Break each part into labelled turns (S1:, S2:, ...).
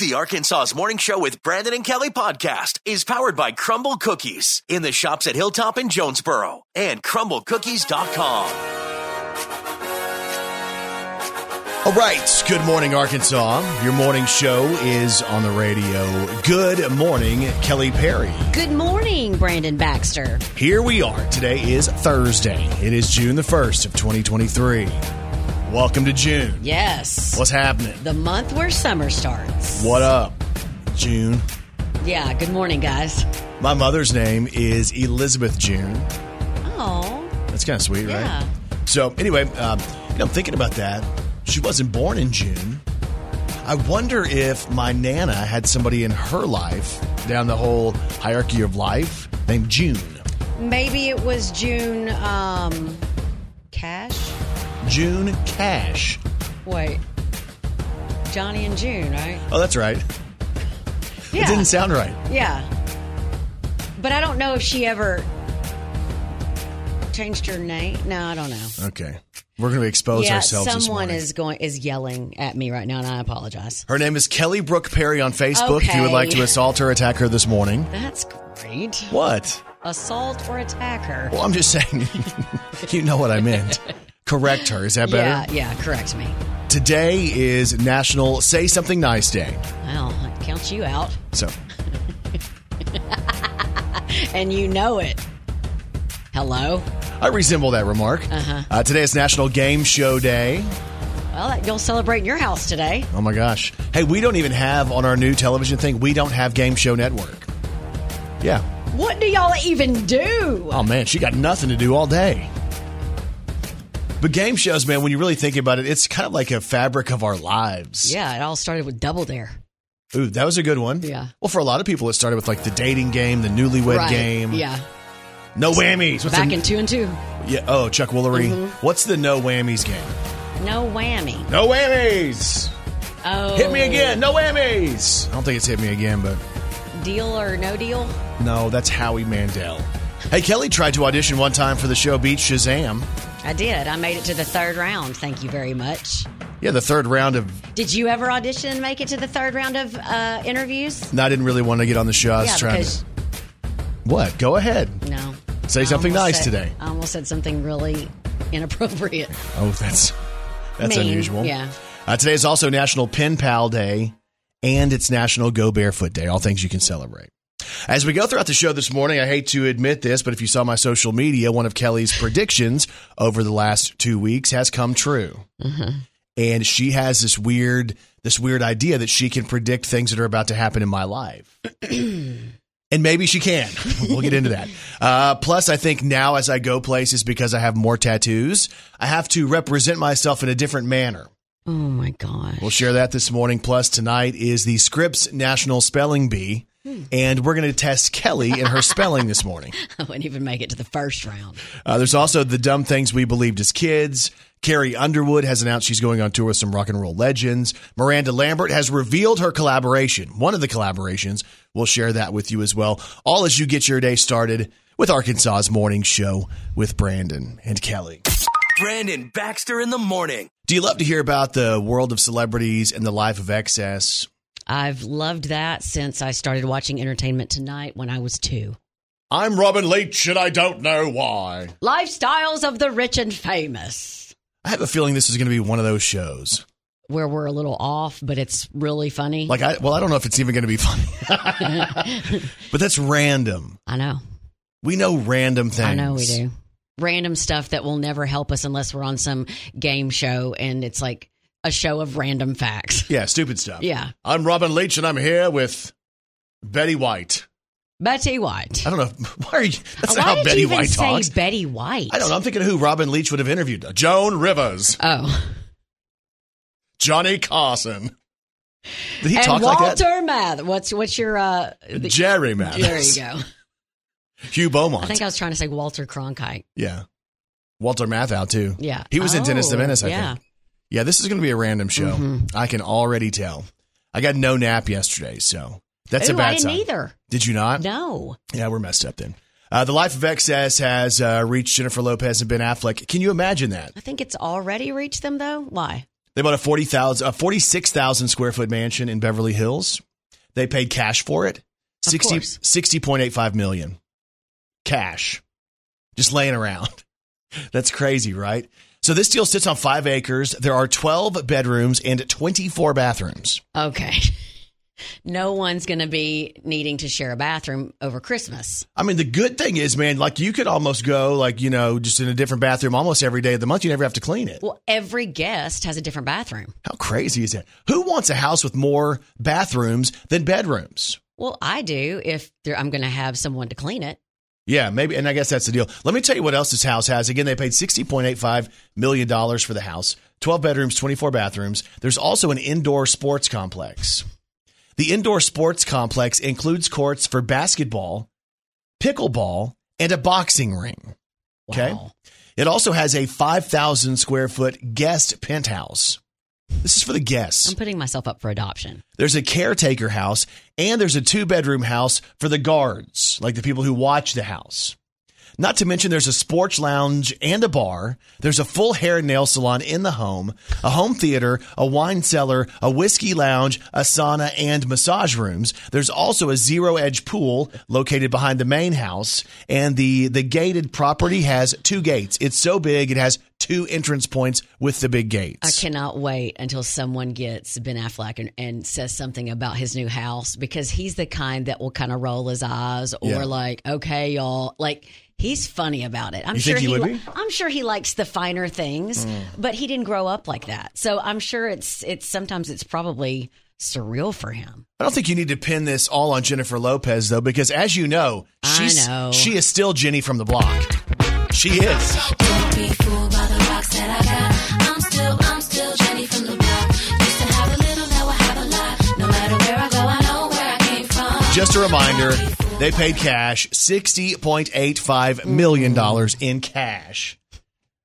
S1: The Arkansas's Morning Show with Brandon and Kelly podcast is powered by Crumble Cookies in the shops at Hilltop and Jonesboro and crumblecookies.com.
S2: All right. Good morning, Arkansas. Your morning show is on the radio. Good morning, Kelly Perry.
S3: Good morning, Brandon Baxter.
S2: Here we are. Today is Thursday. It is June the 1st of 2023. Welcome to June.
S3: Yes.
S2: What's happening?
S3: the month where summer starts.
S2: What up, June?
S3: Yeah, good morning, guys.
S2: My mother's name is Elizabeth June.
S3: Oh,
S2: That's kind of sweet,
S3: Yeah.
S2: right? So, anyway, um, you know, I'm thinking about that. She wasn't born in June. I wonder if my Nana had somebody in her life down the whole hierarchy of life named June.
S3: maybe it was June um Cash?
S2: June Cash.
S3: Wait. Johnny and June, right?
S2: Oh, that's right.
S3: Yeah.
S2: It didn't sound right.
S3: yeah. But I don't know if she ever changed her name. No, I don't know.
S2: Okay. We're going to expose
S3: yeah,
S2: ourselves this
S3: someone
S2: morning.
S3: is going is yelling at me right now and I apologize.
S2: Her name is Kelly Brooke Perry on Facebook if you would like to
S3: Okay.
S2: assault her, attack her this morning.
S3: That's great.
S2: What?
S3: Assault or attack her.
S2: Well, I'm just saying, you know what I meant. Correct her. Is that better?
S3: Yeah, yeah, correct me.
S2: Today is National Say Something Nice Day.
S3: Well, I count you out,
S2: So,
S3: and you know it. Hello.
S2: I resemble that remark. Uh-huh. today is National Game Show Day.
S3: Well, that- you'll celebrate in your house today.
S2: Oh my gosh. Hey, we don't even have on our new television thing, we don't have Game Show Network. Yeah.
S3: What do y'all even do?
S2: Oh man, she got nothing to do all day. But game shows, man, when you really think about it, it's kind of like a fabric of our lives.
S3: Yeah, it all started with Double Dare.
S2: Ooh, that was a good one.
S3: Yeah.
S2: Well, for a lot of people, it started with like the dating game, the newlywed
S3: right.
S2: game.
S3: Yeah.
S2: No whammies. What's
S3: Back
S2: the-
S3: in Mm-hmm. two and two.
S2: yeah. Oh, Chuck Woolery. What's the no whammies game?
S3: No whammy.
S2: No whammies.
S3: Oh.
S2: Hit me again. No whammies. I don't think it's hit me again, but
S3: Deal or no deal?
S2: no, that's Howie Mandel. Hey, Kelly tried to audition one time for the show Beat Shazam.
S3: I did. I made it to the third round. Thank you very much.
S2: Yeah, the third round of.
S3: Did you ever audition and make it to the third round of uh, interviews?
S2: No, I didn't really want to get on the show. I was
S3: yeah,
S2: trying
S3: because
S2: to. What? Go ahead.
S3: no.
S2: Say
S3: I
S2: something
S3: almost
S2: nice
S3: said-
S2: today.
S3: I almost said something really inappropriate.
S2: Oh, that's that's
S3: Mean,
S2: unusual.
S3: yeah.
S2: Uh, today is also National Pen Pal Day, and it's National Go Barefoot Day. All things you can celebrate. As we go throughout the show this morning, I hate to admit this, but if you saw my social media, one of Kelly's predictions over the last two weeks has come true, and she has this weird this weird idea that she can predict things that are about to happen in my life. And maybe she can. We'll get into that. Uh, plus, I think now as I go places because I have more tattoos, I have to represent myself in a different manner.
S3: Oh my gosh.
S2: We'll share that this morning. Plus, tonight is the Scripps National Spelling Bee, and we're going to test Kelly in her spelling this morning.
S3: I wouldn't even make it to the first round.
S2: Uh, there's also the dumb things we believed as kids. Carrie Underwood has announced she's going on tour with some rock and roll legends. Miranda Lambert has revealed her collaboration, one of the collaborations. We'll share that with you as well. All as you get your day started with Arkansas's morning show with Brandon and Kelly.
S1: Brandon Baxter in the morning.
S2: Do you love to hear about the world of celebrities and the life of excess?
S3: I've loved that since I started watching Entertainment Tonight when I was two.
S2: I'm Robin Leach and I don't know why.
S3: Lifestyles of the rich and famous,
S2: I have a feeling this is going to be one of those shows.
S3: where we're a little off, but it's really funny.
S2: Like, I, well, I don't know if it's even going to be funny, but that's random.
S3: I know,
S2: We know random things.
S3: I know we do. Random stuff that will never help us unless we're on some game show and it's like a show of random facts.
S2: Yeah, stupid stuff.
S3: Yeah.
S2: I'm Robin Leach, and I'm here with Betty White.
S3: Betty White.
S2: I don't know. Why are you? That's
S3: Why
S2: not how
S3: did
S2: Betty
S3: you even
S2: White
S3: say
S2: talks.
S3: Betty White?
S2: I don't know. I'm thinking of who Robin Leach would have interviewed. Joan Rivers,
S3: Oh,
S2: Johnny Carson. Did he
S3: and
S2: talk
S3: Walter
S2: like that?
S3: Math. What's what's your? uh the-
S2: Jerry Mathis.
S3: There you go.
S2: Hugh Beaumont.
S3: I think I was trying to say Walter Cronkite.
S2: yeah. Walter Matthau, too.
S3: Yeah.
S2: He was in Dennis the
S3: Oh,
S2: Menace, I
S3: yeah. Mm-hmm.
S2: think. Yeah, this is going to be a random show. I can already tell. I got no nap yesterday, so that's
S3: Ooh,
S2: a bad
S3: I didn't
S2: sign.
S3: either.
S2: Did you not?
S3: No.
S2: Yeah, we're messed up then. Uh, the Life of Excess has uh, reached Jennifer Lopez and Ben Affleck. Can you imagine that?
S3: I think it's already reached them though. Why?
S2: They bought a 40,000 a 46,000 square foot mansion in Beverly Hills. They paid cash for it.
S3: Of
S2: 60
S3: course.
S2: 60.85 million. Cash. Just laying around. That's crazy, right? So this deal sits on 5 acres. There are 12 bedrooms and 24 bathrooms.
S3: Okay. No one's going to be needing to share a bathroom over Christmas.
S2: I mean, the good thing is, man, like you could almost go like, you know, just in a different bathroom almost every day of the month. You never have to clean it.
S3: Well, every guest has a different bathroom.
S2: How crazy is that? Who wants a house with more bathrooms than bedrooms?
S3: Well, I do if there- I'm going to have someone to clean it.
S2: Yeah, maybe. And I guess that's the deal. Let me tell you what else this house has. Again, they paid $60.85 million for the house 12 bedrooms, 24 bathrooms. There's also an indoor sports complex. The indoor sports complex includes courts for basketball, pickleball, and a boxing ring. Okay.
S3: Wow.
S2: It also has a 5,000 square foot guest penthouse. This is for the guests.
S3: I'm putting myself up for adoption.
S2: There's a caretaker house and there's a two bedroom house for the guards, like the people who watch the house. Not to mention, there's a sports lounge and a bar. There's a full hair and nail salon in the home, a home theater, a wine cellar, a whiskey lounge, a sauna, and massage rooms. There's also a zero edge pool located behind the main house. And the, the gated property has two gates. It's so big, it has two entrance points with the big
S3: I
S2: gates.
S3: cannot wait until someone gets Ben Affleck and, and says something about his new house because he's the kind that will kind of roll his eyes or
S2: Yeah.
S3: like, okay, y'all, like he's funny about it. I'm
S2: You
S3: sure
S2: think he would
S3: li-
S2: be? Hmm.
S3: I'm sure he likes the finer things, but he didn't grow up like that. So I'm sure it's it's sometimes it's probably surreal for him.
S2: I don't think you need to pin this all on Jennifer Lopez, though, because as you know,
S3: I
S2: she's
S3: know.
S2: she is still Jenny from the block. She is.
S4: Don't be fooled by the rocks that I got. I'm still, I'm still Jenny from the block. Used to have a little, now I have a lot. No matter where I go, I know where I came from.
S2: Just a reminder, they paid cash sixty point eight five million dollars in cash.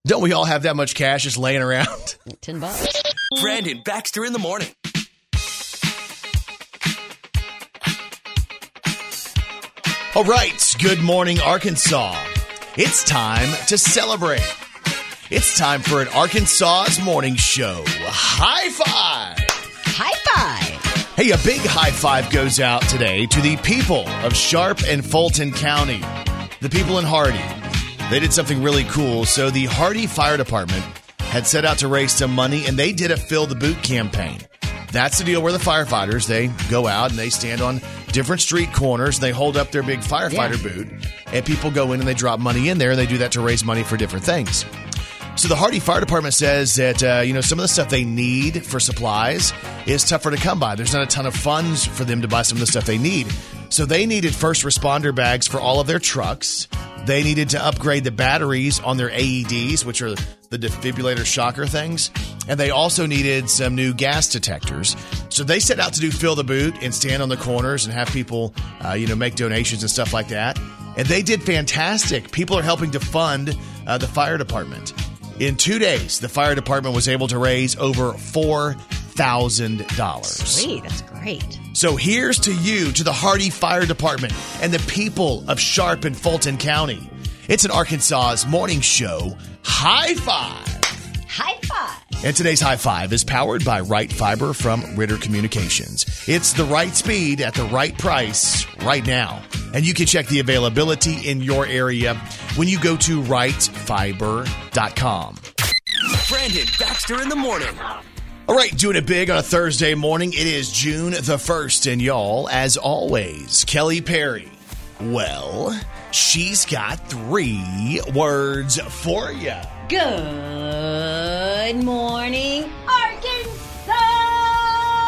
S2: Don't we all have that much cash just laying around?
S3: Ten bucks.
S1: Brandon Baxter in the morning.
S2: All right, good morning, Arkansas. It's time to celebrate. It's time for an Arkansas's morning show. High five!
S3: High five.
S2: Hey, a big high five goes out today to the people of Sharp and Fulton County, the people in Hardy. They did something really cool. So, the Hardy Fire Department had set out to raise some money and they did a fill the boot campaign. That's the deal where the firefighters they go out and they stand on different street corners and they hold up their big firefighter boot and people go in and they drop money in there and they do that to raise money for different things. So the Hardy Fire Department says that uh, you know some of the stuff they need for supplies is tougher to come by. There's not a ton of funds for them to buy some of the stuff they need. So they needed first responder bags for all of their trucks. They needed to upgrade the batteries on their AEDs, which are the defibrillator shocker things, and they also needed some new gas detectors. So they set out to do fill the boot and stand on the corners and have people, uh, you know, make donations and stuff like that. And they did fantastic. People are helping to fund uh, the fire department. In two days, the fire department was able to raise over four thousand dollars.
S3: Sweet, that's great.
S2: So here's to you, to the Hardy Fire Department and the people of Sharp and Fulton County. It's an Arkansas's morning show high five.
S3: High five.
S2: And today's high five is powered by Right Fiber from Ritter Communications. It's the right speed at the right price right now. And you can check the availability in your area when you go to rightfiber.com.
S1: Brandon Baxter in the morning.
S2: All right, doing it big on a Thursday morning. It is June the 1st, and y'all, as always, Kelly Perry. Well, she's got three words for you.
S3: Good morning,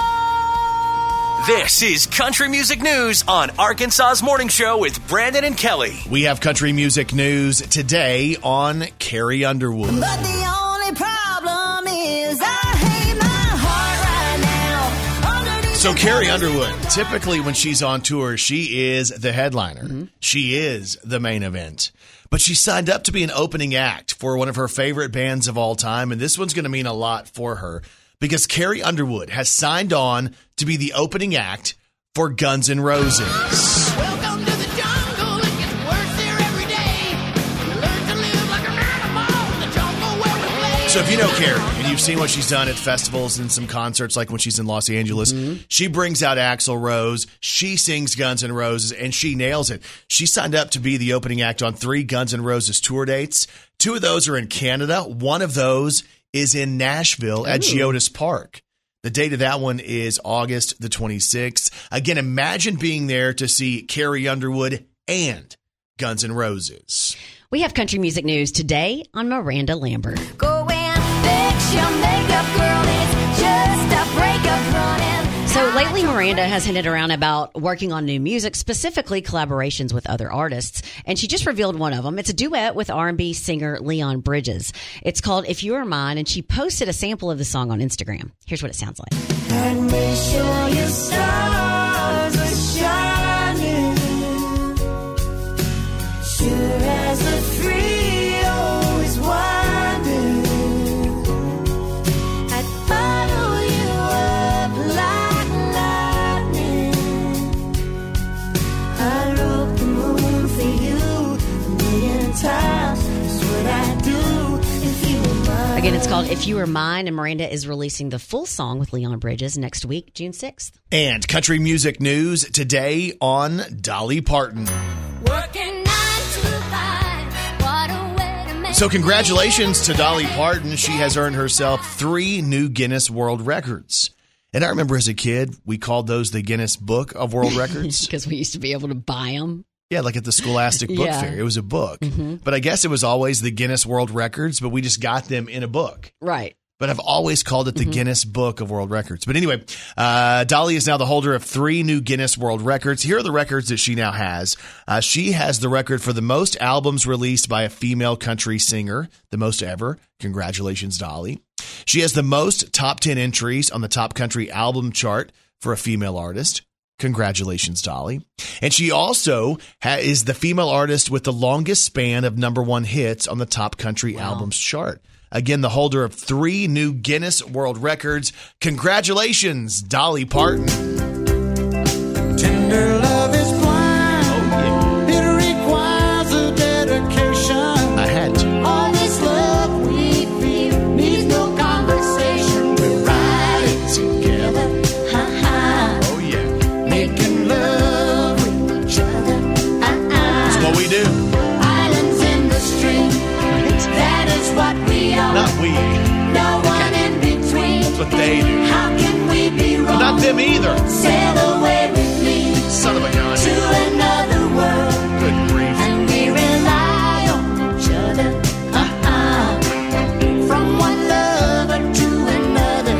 S3: Arkansas.
S1: This is Country Music News on Arkansas's Morning Show with Brandon and Kelly.
S2: We have country music news today on Carrie Underwood.
S5: But the only problem is I hate my heart right now. Underneath
S2: So,
S5: the
S2: Carrie
S5: covers
S2: Underwood,
S5: is a
S2: typically when she's on tour, she is the headliner, she is the main event. But she signed up to be an opening act for one of her favorite bands of all time, and this one's going to mean a lot for her because Carrie Underwood has signed on to be the opening act for Guns N' Roses.
S6: Welcome to the jungle. It gets worse here every day. You learn to live like an animal in the jungle where we play.
S2: So if you know Carrie and you've seen what she's done at festivals and some concerts, like when she's in Los Angeles. She brings out Axl Rose. She sings Guns N' Roses, and she nails it. She signed up to be the opening act on three Guns N' Roses tour dates. Two of those are in Canada. One of those is in Nashville at Geodis Park. The date of that one is August the 26th. Again, imagine being there to see Carrie Underwood and Guns N' Roses.
S3: We have country music news today on Miranda Lambert.
S5: Go and fix your makeup, girl. It's just a breakup running.
S3: So lately, Miranda has hinted around about working on new music, specifically collaborations with other artists, and she just revealed one of them. It's a duet with R&B singer Leon Bridges. It's called "If You Are Mine," and she posted a sample of the song on Instagram. Here's what it sounds like.
S5: And make sure your stars are shining. Sure as the free always winding. I'd follow you up like lightning. I wrote the moon for you a million times. It's what I'd do if you were mine.
S3: Again, it's called If You Were Mine, and Miranda is releasing the full song with Leon Bridges next week, June 6th.
S2: And country music news today on Dolly Parton.
S4: Working nine to five. What a way to make
S2: So, congratulations to Dolly Parton. She has earned herself three new Guinness World Records. And I remember as a kid, we called those the Guinness Book of World Records.
S3: Because we used to be able to buy them.
S2: yeah, like at the Scholastic Book
S3: Yeah.
S2: Fair. It was a book. But I guess it was always the Guinness World Records, but we just got them in a book.
S3: Right.
S2: but I've always called it the Guinness Book of World Records. But anyway, uh, Dolly is now the holder of three new Guinness World Records. Here are the records that she now has. Uh, she has the record for the most albums released by a female country singer, the most ever. Congratulations, Dolly. She has the most top 10 entries on the top country album chart for a female artist. Congratulations, Dolly. And she also ha- is the female artist with the longest span of number one hits on the top country albums chart. Again, the holder of three new Guinness World Records. Congratulations, Dolly Parton.
S7: Tender love is
S2: Oh,
S7: blind.
S2: I
S7: It requires a dedication.
S2: had to.
S7: All this love we feel needs no conversation. We're riding together,
S5: Ha ha.
S2: Oh, yeah.
S7: making love with each other. Ah,
S2: That's what we do.
S7: Islands in the stream. That is what we are.
S2: Not we.
S7: No one in between.
S2: That's what they do.
S7: How can we be wrong?
S2: Not them either.
S7: Sail away with me
S2: Son of a
S7: to
S2: gun.
S7: another world.
S2: Good grief.
S7: And we rely on each other.
S4: Uh-huh.
S7: Uh-uh. From one lover to another.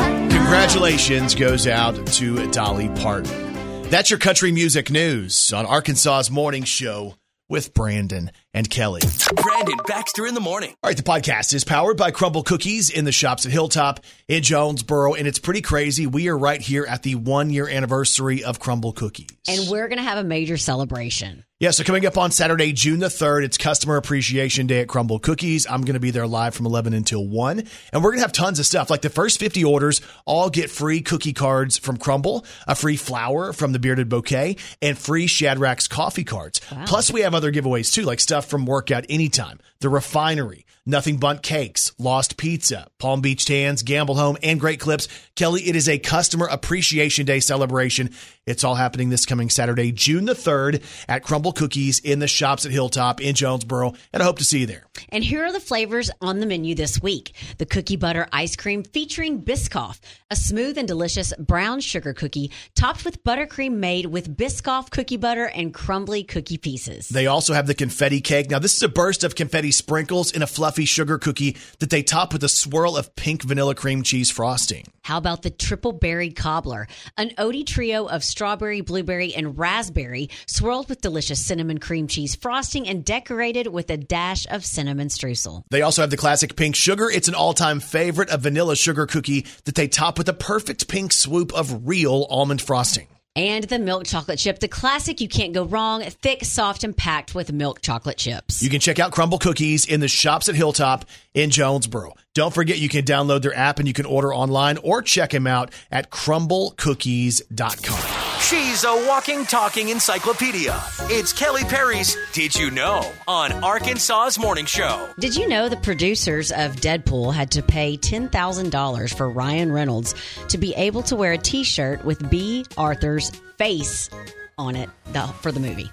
S4: Uh-huh.
S2: Congratulations goes out to Dolly Parton. That's your country music news on Arkansas's morning show with Brandon and Kelly.
S1: Brandon Baxter in the morning.
S2: All right, the podcast is powered by Crumble Cookies in the shops at Hilltop in Jonesboro, and it's pretty crazy. We are right here at the one year anniversary of Crumble Cookies.
S3: And we're going to have a major celebration.
S2: Yeah, so coming up on Saturday, June the 3rd, it's Customer Appreciation Day at Crumble Cookies. I'm going to be there live from 11 until 1. And we're going to have tons of stuff. Like the first 50 orders all get free cookie cards from Crumble, a free flower from the Bearded Bouquet, and free Shadrack's coffee cards. Plus, we have other giveaways too, like stuff from Workout Anytime, The Refinery, Nothing Bunt Cakes, Lost Pizza, Palm Beach Tans, Gamble Home, and Great Clips. Kelly, it is a Customer Appreciation Day celebration. It's all happening this coming Saturday, June the 3rd, at Crumble Cookies in the shops at Hilltop in Jonesboro. And I hope to see you there.
S3: And here are the flavors on the menu this week the cookie butter ice cream featuring Biscoff, a smooth and delicious brown sugar cookie topped with buttercream made with Biscoff cookie butter and crumbly cookie pieces.
S2: They also have the confetti cake. Now, this is a burst of confetti sprinkles in a fluffy sugar cookie that they top with a swirl of pink vanilla cream cheese frosting.
S3: How about the triple berry cobbler, an Odie trio of strawberry, blueberry, and raspberry, swirled with delicious cinnamon cream cheese frosting and decorated with a dash of cinnamon streusel?
S2: They also have the classic pink sugar. It's an all time favorite, a vanilla sugar cookie that they top with a perfect pink swoop of real almond frosting.
S3: And the milk chocolate chip, the classic you can't go wrong, thick, soft, and packed with milk chocolate chips.
S2: You can check out Crumble Cookies in the shops at Hilltop in Jonesboro. Don't forget you can download their app and you can order online or check them out at crumblecookies.com.
S1: She's a walking, talking encyclopedia. It's Kelly Perry's Did You Know on Arkansas's Morning Show.
S3: Did you know the producers of Deadpool had to pay $10,000 for Ryan Reynolds to be able to wear a t shirt with B. Arthur's face on it the- for the movie?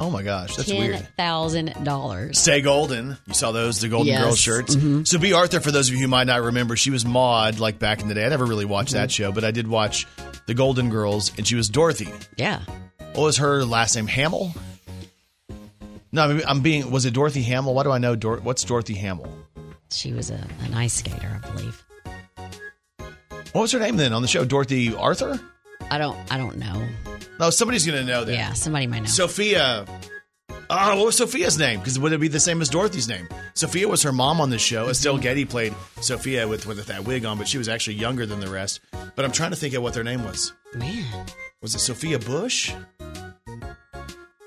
S2: Oh my gosh, that's weird.
S3: $10,000.
S2: Stay Golden. You saw those, the Golden
S3: Yes.
S2: Girl shirts. So B. Arthur, for those of you who might not remember, she was Maud like back in the day. I never really watched that show, but I did watch the Golden Girls, and she was Dorothy.
S3: Yeah.
S2: What was her last name? Hamill? No, I mean, I'm being. Was it Dorothy Hamill? Why do I know? Dor- what's Dorothy Hamill?
S3: She was a, an ice skater, I believe.
S2: What was her name then on the show? Dorothy Arthur?
S3: I don't I don't know.
S2: No, Oh, somebody's gonna know that.
S3: Yeah, somebody might know.
S2: Sophia. Oh, what was Sophia's name? Because would it be the same as Dorothy's name? Sophia was her mom on the
S3: Mm-hmm.
S2: show. Estelle Getty played Sophia with, with that wig on, but she was actually younger than the rest. But I'm trying to think of what their name was.
S3: Man.
S2: Was it Sophia Bush?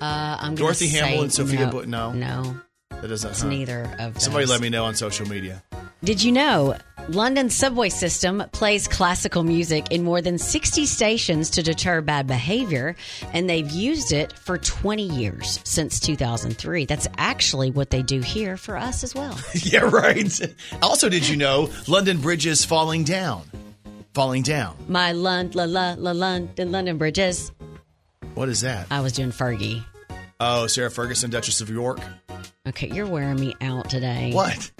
S3: Uh, I'm gonna
S2: Dorothy
S3: say
S2: Hamill and Sophia
S3: no,
S2: Bu- no.
S3: No.
S2: That doesn't.
S3: It's
S2: huh.
S3: neither of those.
S2: Somebody let me know on social media.
S3: Did you know London's subway system plays classical music in more than 60 stations to deter bad behavior, and they've used it for 20 years since 2003. That's actually what they do here for us as well.
S2: yeah, right. Also, did you know London Bridge is falling down? Falling down.
S3: My Lund, la la la London, London bridges.
S2: What is that?
S3: I was doing Fergie.
S2: Oh, Sarah Ferguson, Duchess of York.
S3: Okay, you're wearing me out today.
S2: What?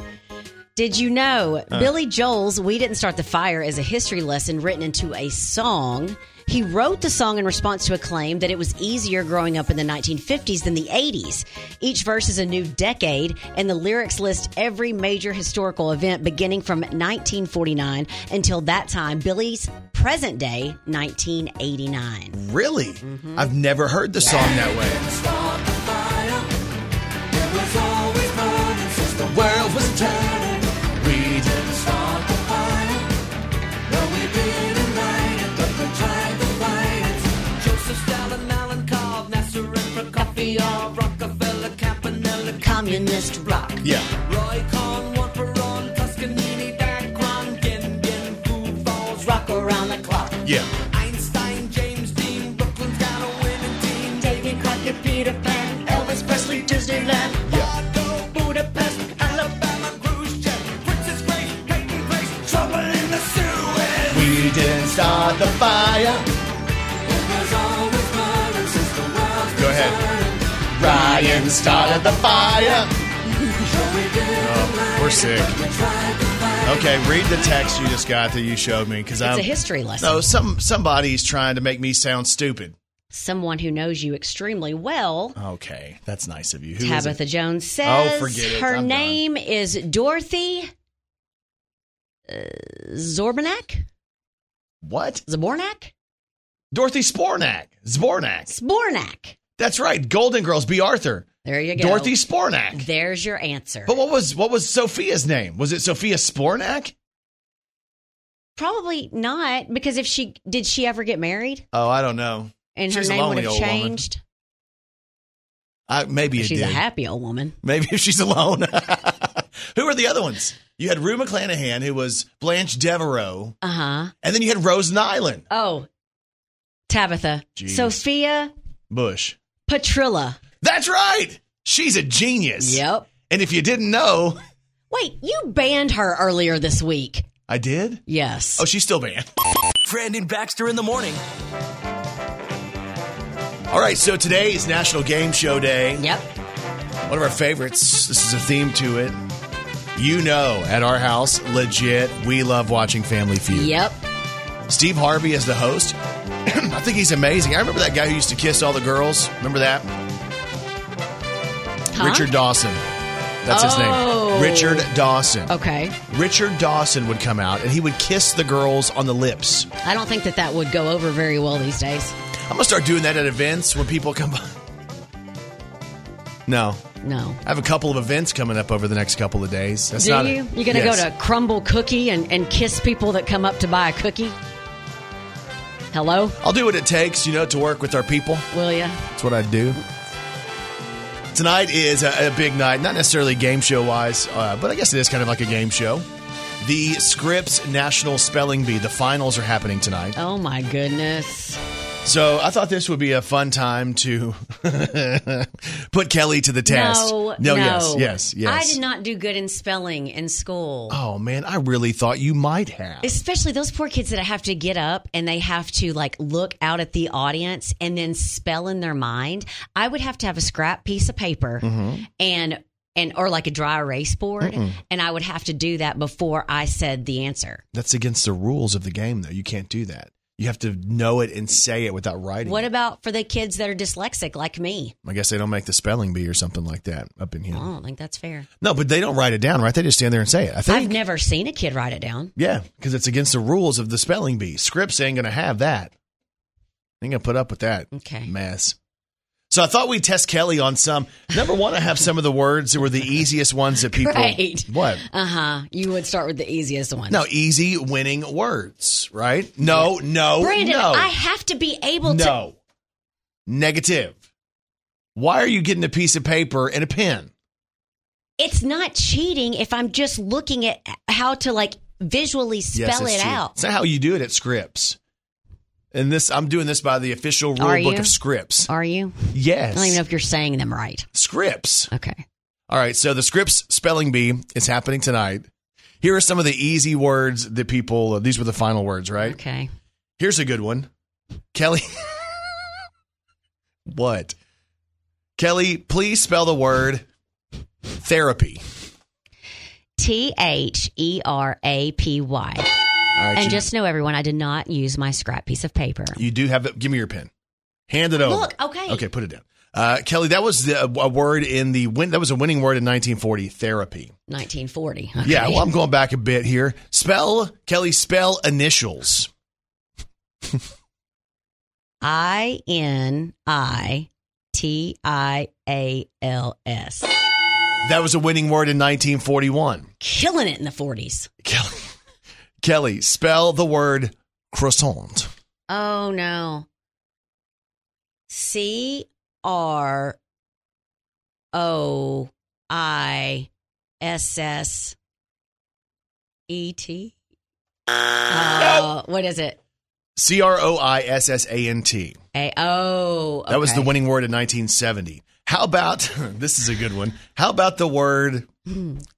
S3: Did you know Billy Joel's We Didn't Start the Fire is a history lesson written into a song? He wrote the song in response to a claim that it was easier growing up in the 1950s than the 80s. Each verse is a new decade, and the lyrics list every major historical event beginning from 1949 until that time, Billy's present day, 1989.
S2: Really?
S3: Mm-hmm.
S2: I've never heard the song that way.
S3: Communist rock.
S2: Yeah.
S3: Rock around the clock.
S2: Yeah.
S7: David Crockett, Peter Pan, Elvis Presley, Disneyland, Fargo, Budapest, Alabama, Khrushchev, Princess Grace, Peyton Place, trouble in the Suez.
S2: We didn't start the fire. Go ahead. Ryan started the fire. Oh, we're sick. Okay, read the text you just got that you showed me because
S3: It's
S2: I'm
S3: a history lesson.
S2: No, some somebody's trying to make me sound stupid.
S3: Someone who knows you extremely well
S2: Okay, that's nice of you. Who is it?
S3: Tabitha Jones says
S2: Oh, forget it.
S3: her
S2: I'm
S3: name is Dorothy uh, Zorbanak?
S2: What?
S3: Zabornak?
S2: Dorothy Spornak. Zbornak.
S3: Spornak.
S2: That's right. Golden Girls. B. Arthur.
S3: There you go.
S2: Dorothy Spornak.
S3: There's your answer.
S2: But what was what was Sophia's name? Was it Sophia Spornak?
S3: Probably not, because if she did she ever get married?
S2: Oh, I don't know.
S3: And her
S2: She's a
S3: name would
S2: lonely
S3: have
S2: old woman.
S3: changed.
S2: I, maybe it
S3: She's
S2: did.
S3: a happy old woman.
S2: maybe if she's alone. who were the other ones? You had Rue McClanahan, who was Blanche Devereaux,
S3: Uh-huh.
S2: and then you had Rose Nyland
S3: Oh. Tabitha.
S2: Jeez.
S3: Sophia
S2: Bush.
S3: Patrilla.
S2: That's right. She's a genius.
S3: Yep.
S2: And if you didn't know,
S3: Wait, you banned her earlier this week.
S2: I did.
S3: Yes.
S2: Oh, she's still banned.
S1: Brandon Baxter in the morning.
S2: All right, so today is National Game Show Day.
S3: Yep.
S2: One of our favorites. This is a theme to it. You know, at our house, legit, we love watching Family Feud.
S3: Yep.
S2: Steve Harvey is the host. I think he's amazing. I remember that guy who used to kiss all the girls. Remember that?
S3: Huh?
S2: Richard Dawson. That's his
S3: Oh.
S2: name. Richard Dawson.
S3: Okay.
S2: Richard Dawson would come out and he would kiss the girls on the lips.
S3: I don't think that that would go over very well these days.
S2: I'm going to start doing that at events when people come by. No.
S3: No.
S2: I have a couple of events coming up over the next couple of days. That's
S3: Do
S2: not a-
S3: you? You're going to
S2: Yes.
S3: go to Crumble Cookie and, and kiss people that come up to buy a cookie? Hello?
S2: I'll do what it takes, you know, to work with our people.
S3: Will ya?
S2: That's what I do. Tonight is a, a big night, not necessarily game show wise, uh, but I guess it is kind of like a game show. The Scripps National Spelling Bee, the finals are happening tonight.
S3: Oh my goodness.
S2: So I thought this would be a fun time to put Kelly to the test.
S3: No,
S2: no,
S3: no,
S2: yes, yes, yes.
S3: I did not do good in spelling in school.
S2: Oh man, I really thought you might have.
S3: Especially those poor kids that have to get up and they have to like look out at the audience and then spell in their mind. I would have to have a scrap piece of paper
S2: Mm-hmm.
S3: and and or like a dry erase board and I would have to do that before I said the answer.
S2: That's against the rules of the game, though. You can't do that. You have to know it and say it without writing.
S3: What
S2: it.
S3: about for the kids that are dyslexic like me?
S2: I guess they don't make the spelling bee or something like that up in here.
S3: I don't think that's fair.
S2: No, but they don't write it down, right? They just stand there and say it. I think.
S3: I've never seen a kid write it down.
S2: yeah, because it's against the rules of the spelling bee. Scripps ain't gonna have that. Ain't gonna put up with that.
S3: Okay.
S2: Mess. So I thought we'd test Kelly on some. Number one, I have some of the words that were the easiest ones that people.
S3: Right.
S2: What?
S3: Uh-huh. You would start with the easiest one.
S2: No, easy winning words, right? No, no,
S3: Brandon,
S2: oh, no.
S3: I have to be able to
S2: No. Negative. Why are you getting a piece of paper and a pen?
S3: it's not cheating if I'm just looking at how to like visually spell
S2: that's
S3: it
S2: true.
S3: out.
S2: It's not how you do it at Scripps. And this, I'm doing this by the official
S3: Are
S2: rule book
S3: you?
S2: of Scripps.
S3: Are you?
S2: yes.
S3: I don't even know if you're saying them right.
S2: Scripps.
S3: Okay.
S2: All right. So the Scripps spelling bee is happening tonight. Here are some of the easy words that people, these were the final words, right?
S3: Okay.
S2: Here's a good one. Kelly. what? Kelly, please spell the word therapy.
S3: T H E R A P Y.
S2: All right,
S3: And
S2: you-
S3: just know, everyone, I did not use my scrap piece of paper.
S2: You do have it. Give me your pen. Hand it over.
S3: Look, okay.
S2: Okay, put it down. Uh, Kelly, that was the, a word in the win. That was a winning word in 1940. Therapy.
S3: 1940. Okay.
S2: Yeah. Well, I'm going back a bit here. Spell Kelly. Spell initials.
S3: I N I T I A L S.
S2: That was a winning word in 1941.
S3: Killing it in the 40s.
S2: Kelly. Kelly, spell the word croissant.
S3: Oh, no. C R O I S S E T. Uh, What is it?
S2: C R O I S S A N T.
S3: A oh.
S2: That was the
S3: okay.
S2: winning word in 1970. How about this is a good one. How about the word?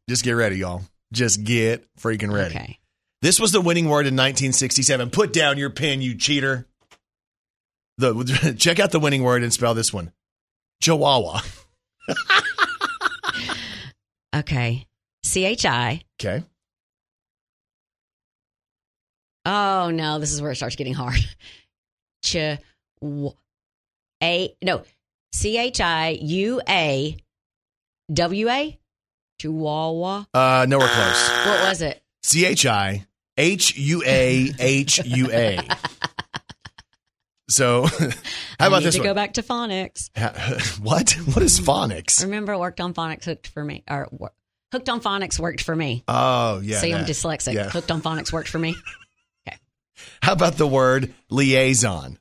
S2: Just get ready, y'all. Just get freaking ready.
S3: Okay.
S2: This was the winning word in 1967. Put down your pen, you cheater. The check out the winning word and spell this one. Chihuahua.
S3: Okay. C H I.
S2: Okay.
S3: Oh no, this is where it starts getting hard. Ch w- a no C H I U A W A Chihuahua.
S2: Uh, nowhere close.
S3: What was it?
S2: C H I H U A H U A. So, how
S3: I
S2: about
S3: need
S2: this
S3: to
S2: one?
S3: go back to phonics.
S2: what? What is phonics?
S3: Remember, I worked on phonics hooked for me, or wor- hooked on phonics worked for me.
S2: Oh, yeah.
S3: See, I'm
S2: that.
S3: dyslexic.
S2: Yeah.
S3: Hooked on phonics worked for me.
S2: How about the word liaison?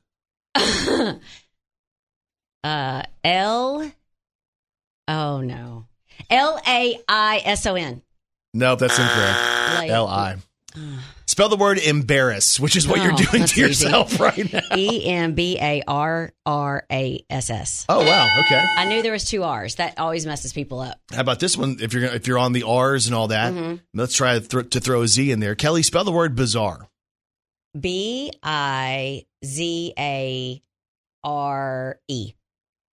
S3: Uh, L. Oh no, L A I S O N.
S2: No, that's incorrect.
S3: Like-
S2: L I. Spell the word embarrass, which is what
S3: Oh,
S2: you're doing
S3: that's
S2: to yourself right now.
S3: E M B A R R A S S.
S2: Oh wow, okay.
S3: I knew there was two R's. That always messes people up.
S2: How about this one? If you're gonna- if you're on the R's and all that,
S3: Mm-hmm.
S2: let's try to, thro- to throw a Z in there. Kelly, spell the word bizarre.
S3: B I Z A R E.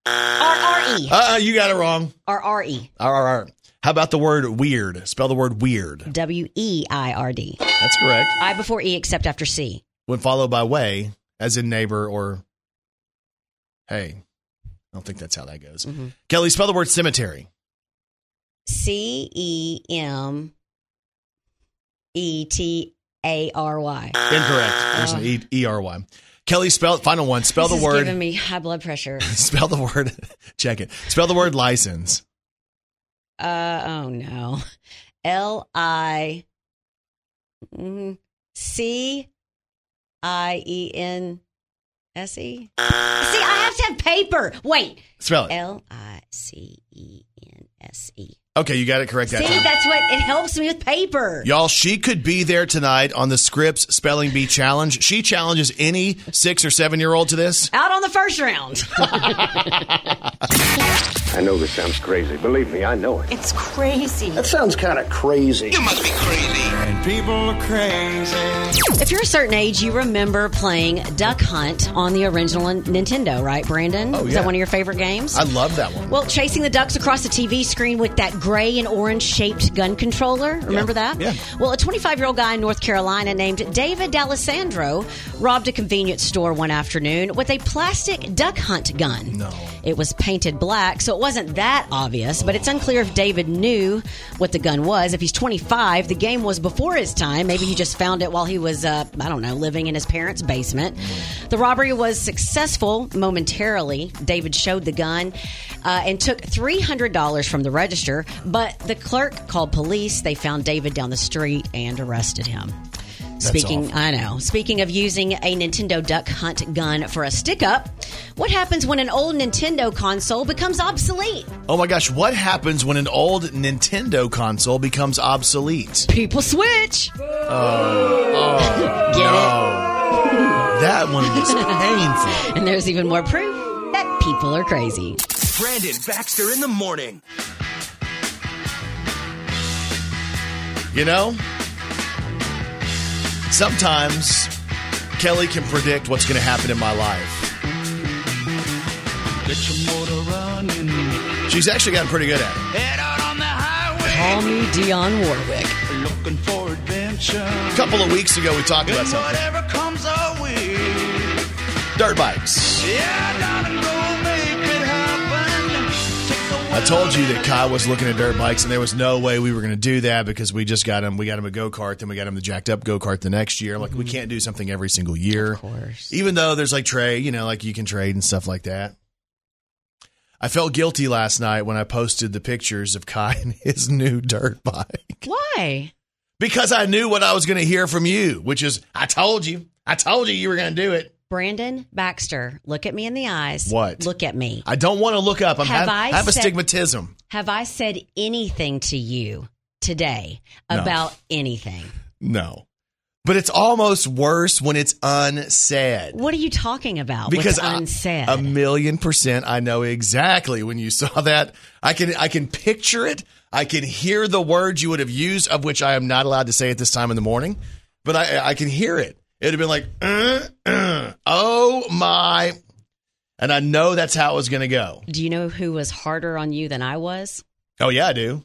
S3: R R E.
S2: Uh, uh you got it wrong.
S3: R R E.
S2: R R R. How about the word weird? Spell the word weird.
S3: W E I R D.
S2: That's correct.
S3: I before E except after C.
S2: When followed by way, as in neighbor or hey. I don't think that's how that goes. Kelly, spell the word cemetery.
S3: C E M E T A R Y.
S2: Incorrect. There's an E- E-R-Y. Kelly, spell final one. Spell
S3: This
S2: the
S3: is
S2: word.
S3: giving me high blood pressure.
S2: spell the word. Check it. Spell the word license.
S3: Uh oh no. L I mm, C I E N S E. See, I have must have paper. Wait.
S2: Spell it.
S3: L I C E N S E.
S2: Okay, you got it correct that
S3: See,
S2: time.
S3: that's what it helps me with paper.
S2: Y'all, she could be there tonight on the Scripps Spelling Bee Challenge. She challenges any six or seven year old to this.
S3: Out on the first round.
S8: I know this sounds crazy. Believe me, I know it.
S9: It's crazy.
S8: That sounds kind of crazy.
S3: if you're a certain age, you remember playing Duck Hunt on the original N- Nintendo, right, Brandon?
S2: Oh,
S3: Is
S2: yeah.
S3: that one of your favorite games?
S2: I love that one.
S3: well, chasing the ducks across the TV screen with that gray and orange shaped gun controller. Remember that?
S2: Yeah.
S3: Well, a 25 year old guy in North Carolina named David D'Alessandro robbed a convenience store one afternoon with a plastic duck hunt gun. No. It was painted black, so it wasn't that obvious, but it's unclear if David knew what the gun was. If he's 25, the game was before his time. Maybe he just found it while he was, uh, I don't know, living in his parents' basement. The robbery was successful momentarily. David showed the gun uh, and took $300 from the register, but the clerk called police. They found David down the street and arrested him. Speaking,
S2: awful.
S3: I know. Speaking of using a Nintendo Duck Hunt gun for a stick up, what happens when an old Nintendo console becomes obsolete?
S2: Oh my gosh, what happens when an old Nintendo console becomes obsolete?
S3: People switch. Get
S2: That one was painful.
S3: it? And there's even more proof that people are crazy.
S1: Brandon Baxter in the morning.
S2: You know, sometimes Kelly can predict what's going to happen in my life. She's actually gotten pretty good at it.
S3: Call me Dion Warwick.
S2: A couple of weeks ago, we talked about something. Dirt bikes. I told you that Kai was looking at dirt bikes, and there was no way we were going to do that because we just got him. We got him a go kart, then we got him the jacked up go kart the next year. Like we can't do something every single year. Mm-hmm. Of course. Even though there's like trade, you know, like you can trade and stuff like that. I felt guilty last night when I posted the pictures of Kai and his new dirt bike
S3: Why?
S2: because I knew what I was going to hear from you, which is I told you, I told you you were going to do it.
S3: Brandon Baxter, look at me in the eyes.
S2: What?
S3: Look at me.
S2: I don't want to look up. I'm,
S3: Have
S2: have I
S3: I
S2: have
S3: said-
S2: astigmatism.
S3: Have I said anything to you today
S2: No.
S3: about anything?
S2: No, but it's almost worse when it's unsaid.
S3: What are you talking about?
S2: Because
S3: what's
S2: I- um,
S3: unsaid.
S2: a million percent, I know exactly when you saw that. I can I can picture it. I can hear the words you would have used, of which I am not allowed to say at this time in the morning. But I I can hear it. It'd have been like, uh, uh, oh my, and I know that's how it was going to go.
S3: Do you know who was harder on you than I was?
S2: Oh yeah, I do.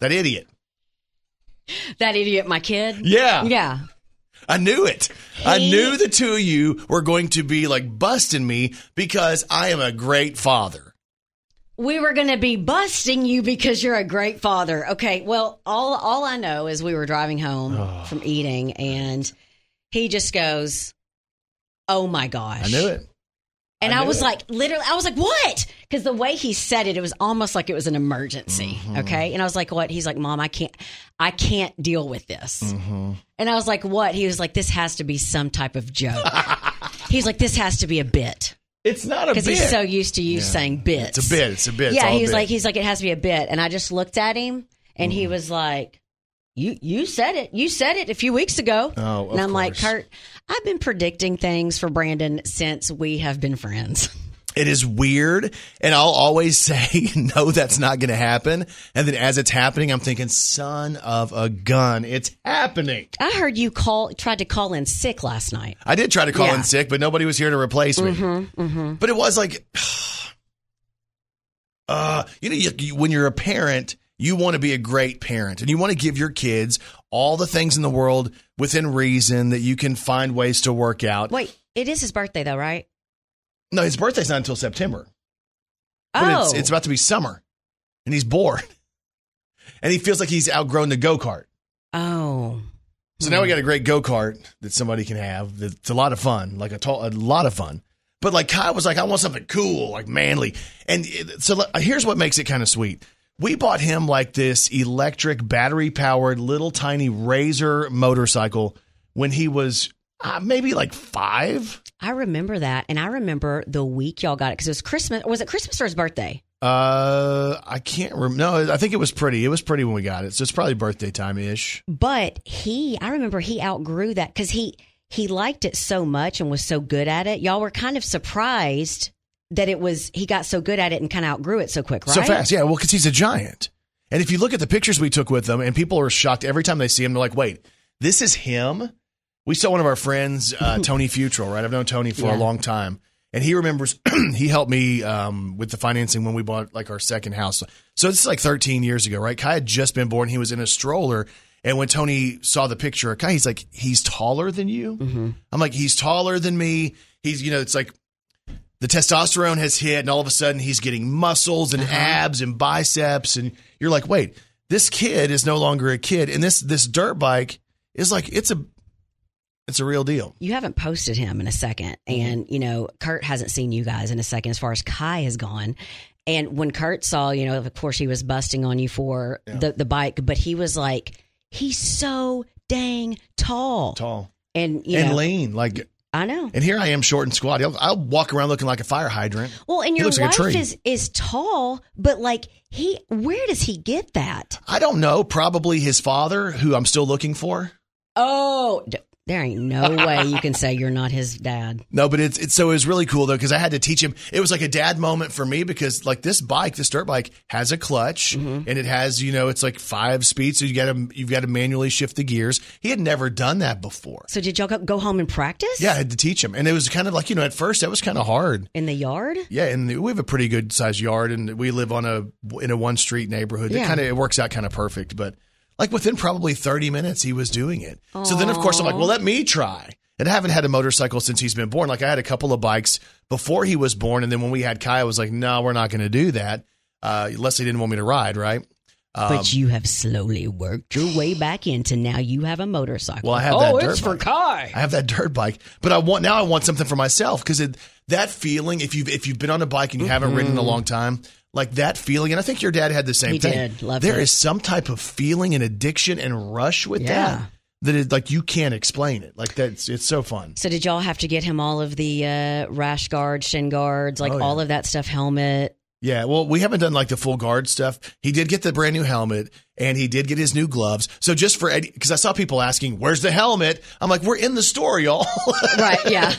S2: That idiot.
S3: That idiot, my kid.
S2: Yeah.
S3: Yeah.
S2: I knew it. I
S3: He-
S2: knew the two of you were going to be like busting me because I am a great father.
S3: We were going to be busting you because you're a great father. Okay. Well, all all I know is we were driving home
S2: Oh.
S3: from eating and he just goes, "Oh my gosh."
S2: I knew it.
S3: And
S2: I
S3: I,
S2: knew
S3: was
S2: it.
S3: like, literally, I was like, what? Because the way he said it, it was almost like it was an emergency.
S2: Mm-hmm.
S3: Okay. And I was like, what? He's like, mom, I can't, I can't deal with this.
S2: Mm-hmm.
S3: And I was like, what? He was like, this has to be some type of joke. He's like, this has to be a bit.
S2: It's not a
S3: Because he's so used to you saying bits.
S2: It's a bit. It's a bit. It's
S3: yeah.
S2: all a
S3: He was
S2: bit. Mm.
S3: like, he's like, it has to be a bit. And I just looked at him and he was like, you, you said it. You said it a few weeks ago.
S2: Oh, of
S3: and I'm like,
S2: course.
S3: Kurt, I've been predicting things for Brandon since we have been friends.
S2: it is weird. And I'll always say, no, that's not going to happen. And then as it's happening, I'm thinking, son of a gun, it's happening.
S3: I heard you call tried to call in sick last night.
S2: I did try to call
S3: Yeah. Mm-hmm,
S2: in sick, but nobody was here to replace me. But it was like, uh, you know, you, you- when you're a parent, you want to be a great parent and you want to give your kids all the things in the world within reason that you can find ways to work out.
S3: Wait, it is his birthday though, right?
S2: No, his birthday's not until September. But
S3: Oh,
S2: it's, it's about to be summer and he's bored and he feels like he's outgrown the go kart.
S3: oh,
S2: So now we got a great go kart that somebody can have. That's a lot of fun, like a, to- a lot of fun. But like Kai was like, I want something cool, like manly. And it- so le- here's what makes it kind of sweet. We bought him like this electric battery powered little tiny razor motorcycle when he was uh, maybe like five.
S3: I remember that, and I remember the week y'all got it because it was Christmas. Was it Christmas or his birthday?
S2: Uh, I can't remember. No, I think it was pretty. It was pretty when we got it. So it's probably birthday time ish.
S3: But he, I remember he outgrew that because he he liked it so much and was so good at it. Y'all were kind of surprised that it was he got so good at it and kind of outgrew it so quick, right?
S2: So fast, yeah. Well, because he's a giant. And if you look at the pictures we took with him, and people are shocked every time they see him, they're like, wait, this is him? We saw one of our friends, uh, Tony Futrell, right? I've known Tony for
S3: Yeah.
S2: a long time. And he remembers, he helped me um, with the financing when we bought like our second house. So this is like 13 years ago, right? Kai had just been born. He was in a stroller. And when Tony saw the picture of Kai, he's like, he's taller than you?
S3: Mm-hmm.
S2: I'm like, he's taller than me. He's, you know, it's like the testosterone has hit and all of a sudden he's getting muscles and abs and biceps and you're like wait this kid is no longer a kid and this this dirt bike is like it's a it's a real deal
S3: you haven't posted him in a second. And, you know, Kurt hasn't seen you guys in a second as far as Kai has gone. And when Kurt saw, you know, of course he was busting on you for the, the bike, but he was like, he's so dang tall.
S2: tall
S3: And, you
S2: and
S3: know,
S2: lean like
S3: I know.
S2: and here i am short and squatty i'll, I'll walk around looking like a fire hydrant
S3: Well, and
S2: He
S3: your
S2: looks like
S3: wife
S2: a tree.
S3: is, is tall, but like he, where does he get that?
S2: i don't know probably his father who i'm still looking for
S3: Oh, d- there ain't no way you can say you're not his dad.
S2: No, but it's, it's so it was really cool though because I had to teach him. It was like a dad moment for me because like this bike, this dirt bike has a clutch and it has you know it's like five speeds, so you got to you've got to manually shift the gears. He had never done that before.
S3: So did y'all go, go home and practice?
S2: Yeah, I had to teach him, and it was kind of like you know at first that was kind of hard.
S3: In the yard?
S2: Yeah, and we have a pretty good sized yard, and we live on a in a one street neighborhood. It
S3: Yeah.
S2: kind of it works out kind of perfect, but like within probably thirty minutes, he was doing it. So then, of course, I'm like, well, let me try. And I haven't had a motorcycle since he's been born. Like I had a couple of bikes before he was born, and then when we had Kai, I was like, no, we're not going to do that. Uh, Leslie didn't want me to ride, right? Um,
S3: but you have slowly worked your way back into now you have a motorcycle.
S2: Well, I have
S9: oh,
S2: that dirt
S9: it's for
S2: bike.
S9: Kai.
S2: I have that dirt bike, but I want now. I want something for myself because that feeling. If you've if you've been on a bike and you haven't ridden in a long time, like that feeling, and I think your dad had the same
S3: Mm-hmm. He
S2: thing.
S3: did. Loved
S2: There
S3: it.
S2: is some type of feeling and addiction and rush with
S3: Yeah.
S2: that that is like you can't explain it. Like that's it's so fun.
S3: so did y'all have to get him all of the uh, rash guards, shin guards, like
S2: Oh, yeah.
S3: all of that stuff, helmet?
S2: Yeah, well, we haven't done like the full guard stuff. He did get the brand new helmet and he did get his new gloves. So just for because I saw people asking, "Where's the helmet?" I'm like, "We're in the store, y'all."
S3: Right, yeah.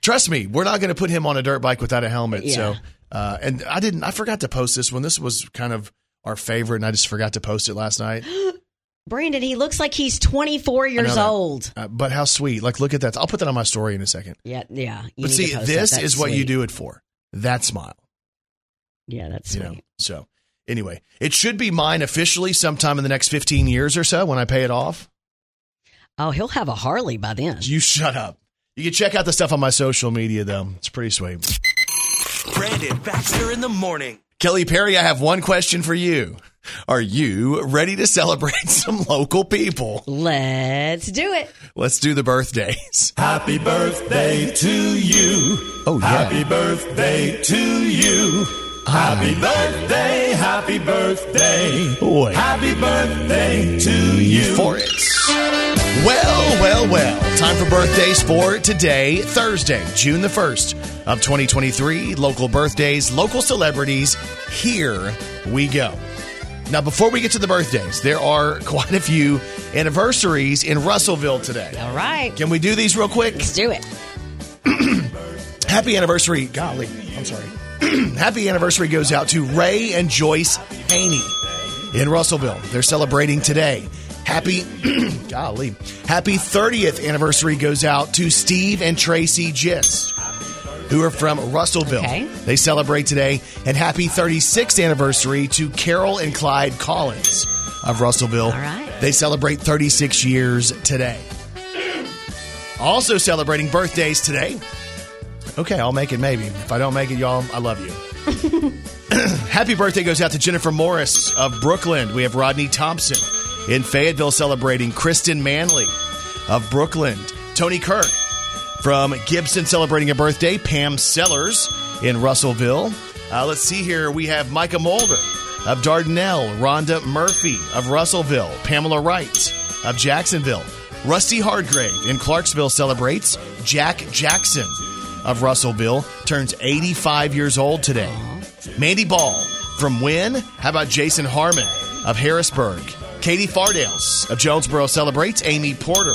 S2: trust me, we're not going to put him on a dirt bike without a helmet.
S3: Yeah.
S2: So, uh, and I didn't, I forgot to post this one. This was kind of our favorite, and I just forgot to post it last night.
S3: Brandon, he looks like he's 24 years
S2: that.
S3: old.
S2: Uh, but how sweet! Like, look at that. I'll put that on my story in a second.
S3: Yeah, yeah. you
S2: But
S3: need
S2: see,
S3: to post
S2: this
S3: that.
S2: is
S3: That's
S2: what you
S3: sweet.
S2: do it for. That smile,
S3: Yeah, that's
S2: you
S3: sweet.
S2: know. So, anyway, it should be mine officially sometime in the next fifteen years or so when I pay it off.
S3: Oh, he'll have a Harley by then.
S2: You shut up. You can check out the stuff on my social media though. It's pretty sweet.
S1: Brandon Baxter in the morning.
S2: Kelly Perry, I have one question for you. Are you ready to celebrate some local people?
S3: Let's do it.
S2: Let's do the birthdays.
S10: Happy birthday to you.
S2: Oh, yeah.
S10: Happy birthday to you. Happy birthday, happy birthday.
S2: Boy.
S10: Happy birthday to you.
S2: For it. Well, well, well. Time for birthdays for today, Thursday, June the 1st of 2023. Local birthdays, local celebrities. Here we go. Now, before we get to the birthdays, there are quite a few anniversaries in Russellville today.
S3: All right.
S2: Can we do these real quick?
S3: Let's do it.
S2: Happy anniversary. Golly, I'm sorry. Happy anniversary goes out to Ray and Joyce Haney in Russellville. They're celebrating today. Happy, golly, happy 30th anniversary goes out to Steve and Tracy Gist, who are from Russellville.
S3: Okay.
S2: They celebrate today. And happy 36th anniversary to Carol and Clyde Collins of Russellville.
S3: All right.
S2: They celebrate 36 years today. Also celebrating birthdays today. Okay, I'll make it maybe. If I don't make it, y'all, I love you. Happy birthday goes out to Jennifer Morris of Brooklyn. We have Rodney Thompson in Fayetteville celebrating. Kristen Manley of Brooklyn. Tony Kirk from Gibson celebrating a birthday. Pam Sellers in Russellville. Uh, let's see here. We have Micah Mulder of Dardanelle. Rhonda Murphy of Russellville. Pamela Wright of Jacksonville. Rusty Hardgrave in Clarksville celebrates. Jack Jackson of Russellville turns 85 years old today. Mandy Ball from Wynn. How about Jason Harmon of Harrisburg? Katie Fardales of Jonesboro celebrates. Amy Porter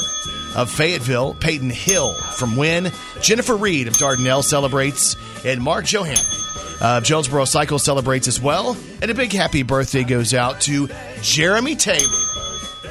S2: of Fayetteville. Peyton Hill from Wynn. Jennifer Reed of Dardanelle celebrates. And Mark Johan uh, Jonesboro Cycle celebrates as well. And a big happy birthday goes out to Jeremy Taylor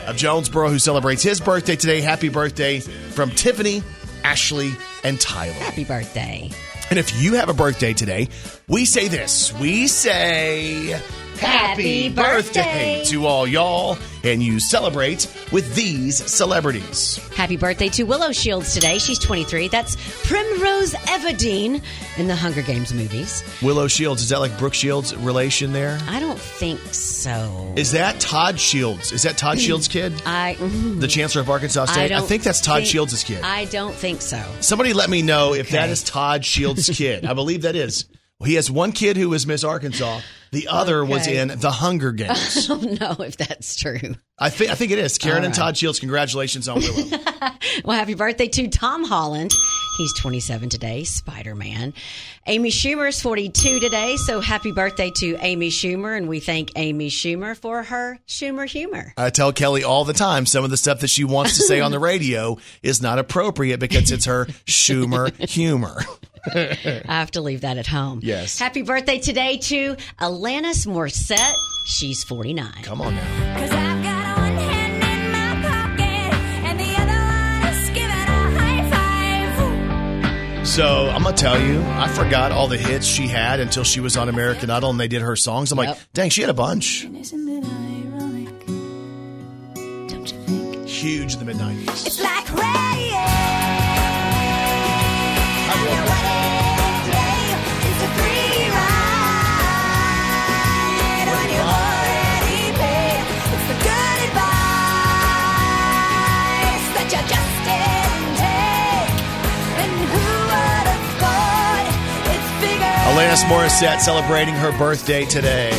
S2: of Jonesboro, who celebrates his birthday today. Happy birthday from Tiffany, Ashley, and Tyler.
S3: Happy birthday.
S2: And if you have a birthday today, we say this. We say
S3: Happy birthday.
S2: to all y'all, and you celebrate with these celebrities.
S3: Happy birthday to Willow Shields today. She's 23. That's Primrose Everdeen in the Hunger Games movies.
S2: Willow Shields, is that like Brooke Shields relation there?
S3: I don't think so.
S2: Is that Todd Shields? Is that Todd Shields' kid?
S3: I, mm,
S2: the Chancellor of Arkansas
S3: I,
S2: State. I,
S3: don't
S2: think that's Todd
S3: think-
S2: Shields' kid.
S3: I don't think so.
S2: Somebody let me know if that
S3: Okay.
S2: is Todd Shields' kid. I believe that is. He has one kid who was Miss Arkansas. The other was
S3: Okay.
S2: in The Hunger Games.
S3: I don't know if that's true.
S2: I think I think it is. Karen and Todd Shields, congratulations on Willow.
S3: Well, happy birthday to Tom Holland. He's 27 today, Spider Man. Amy Schumer is 42 today, so happy birthday to Amy Schumer, and we thank Amy Schumer for her Schumer humor.
S2: I tell Kelly all the time some of the stuff that she wants to say on the radio is not appropriate because it's her Schumer humor.
S3: I have to leave that at home.
S2: Yes.
S3: Happy birthday today to Alanis Morissette. She's 49.
S2: Come on now.
S4: Cause I've got one hand in my pocket and the other one is giving a high five.
S2: So I'm gonna tell you, I forgot all the hits she had until she was on American Idol and they did her songs. I'm
S3: Yep.
S2: like, dang, she had a bunch.
S4: Isn't it ironic? Don't you think?
S2: Huge in the mid '90s.
S4: It's like
S2: Alanis Morissette celebrating her birthday today.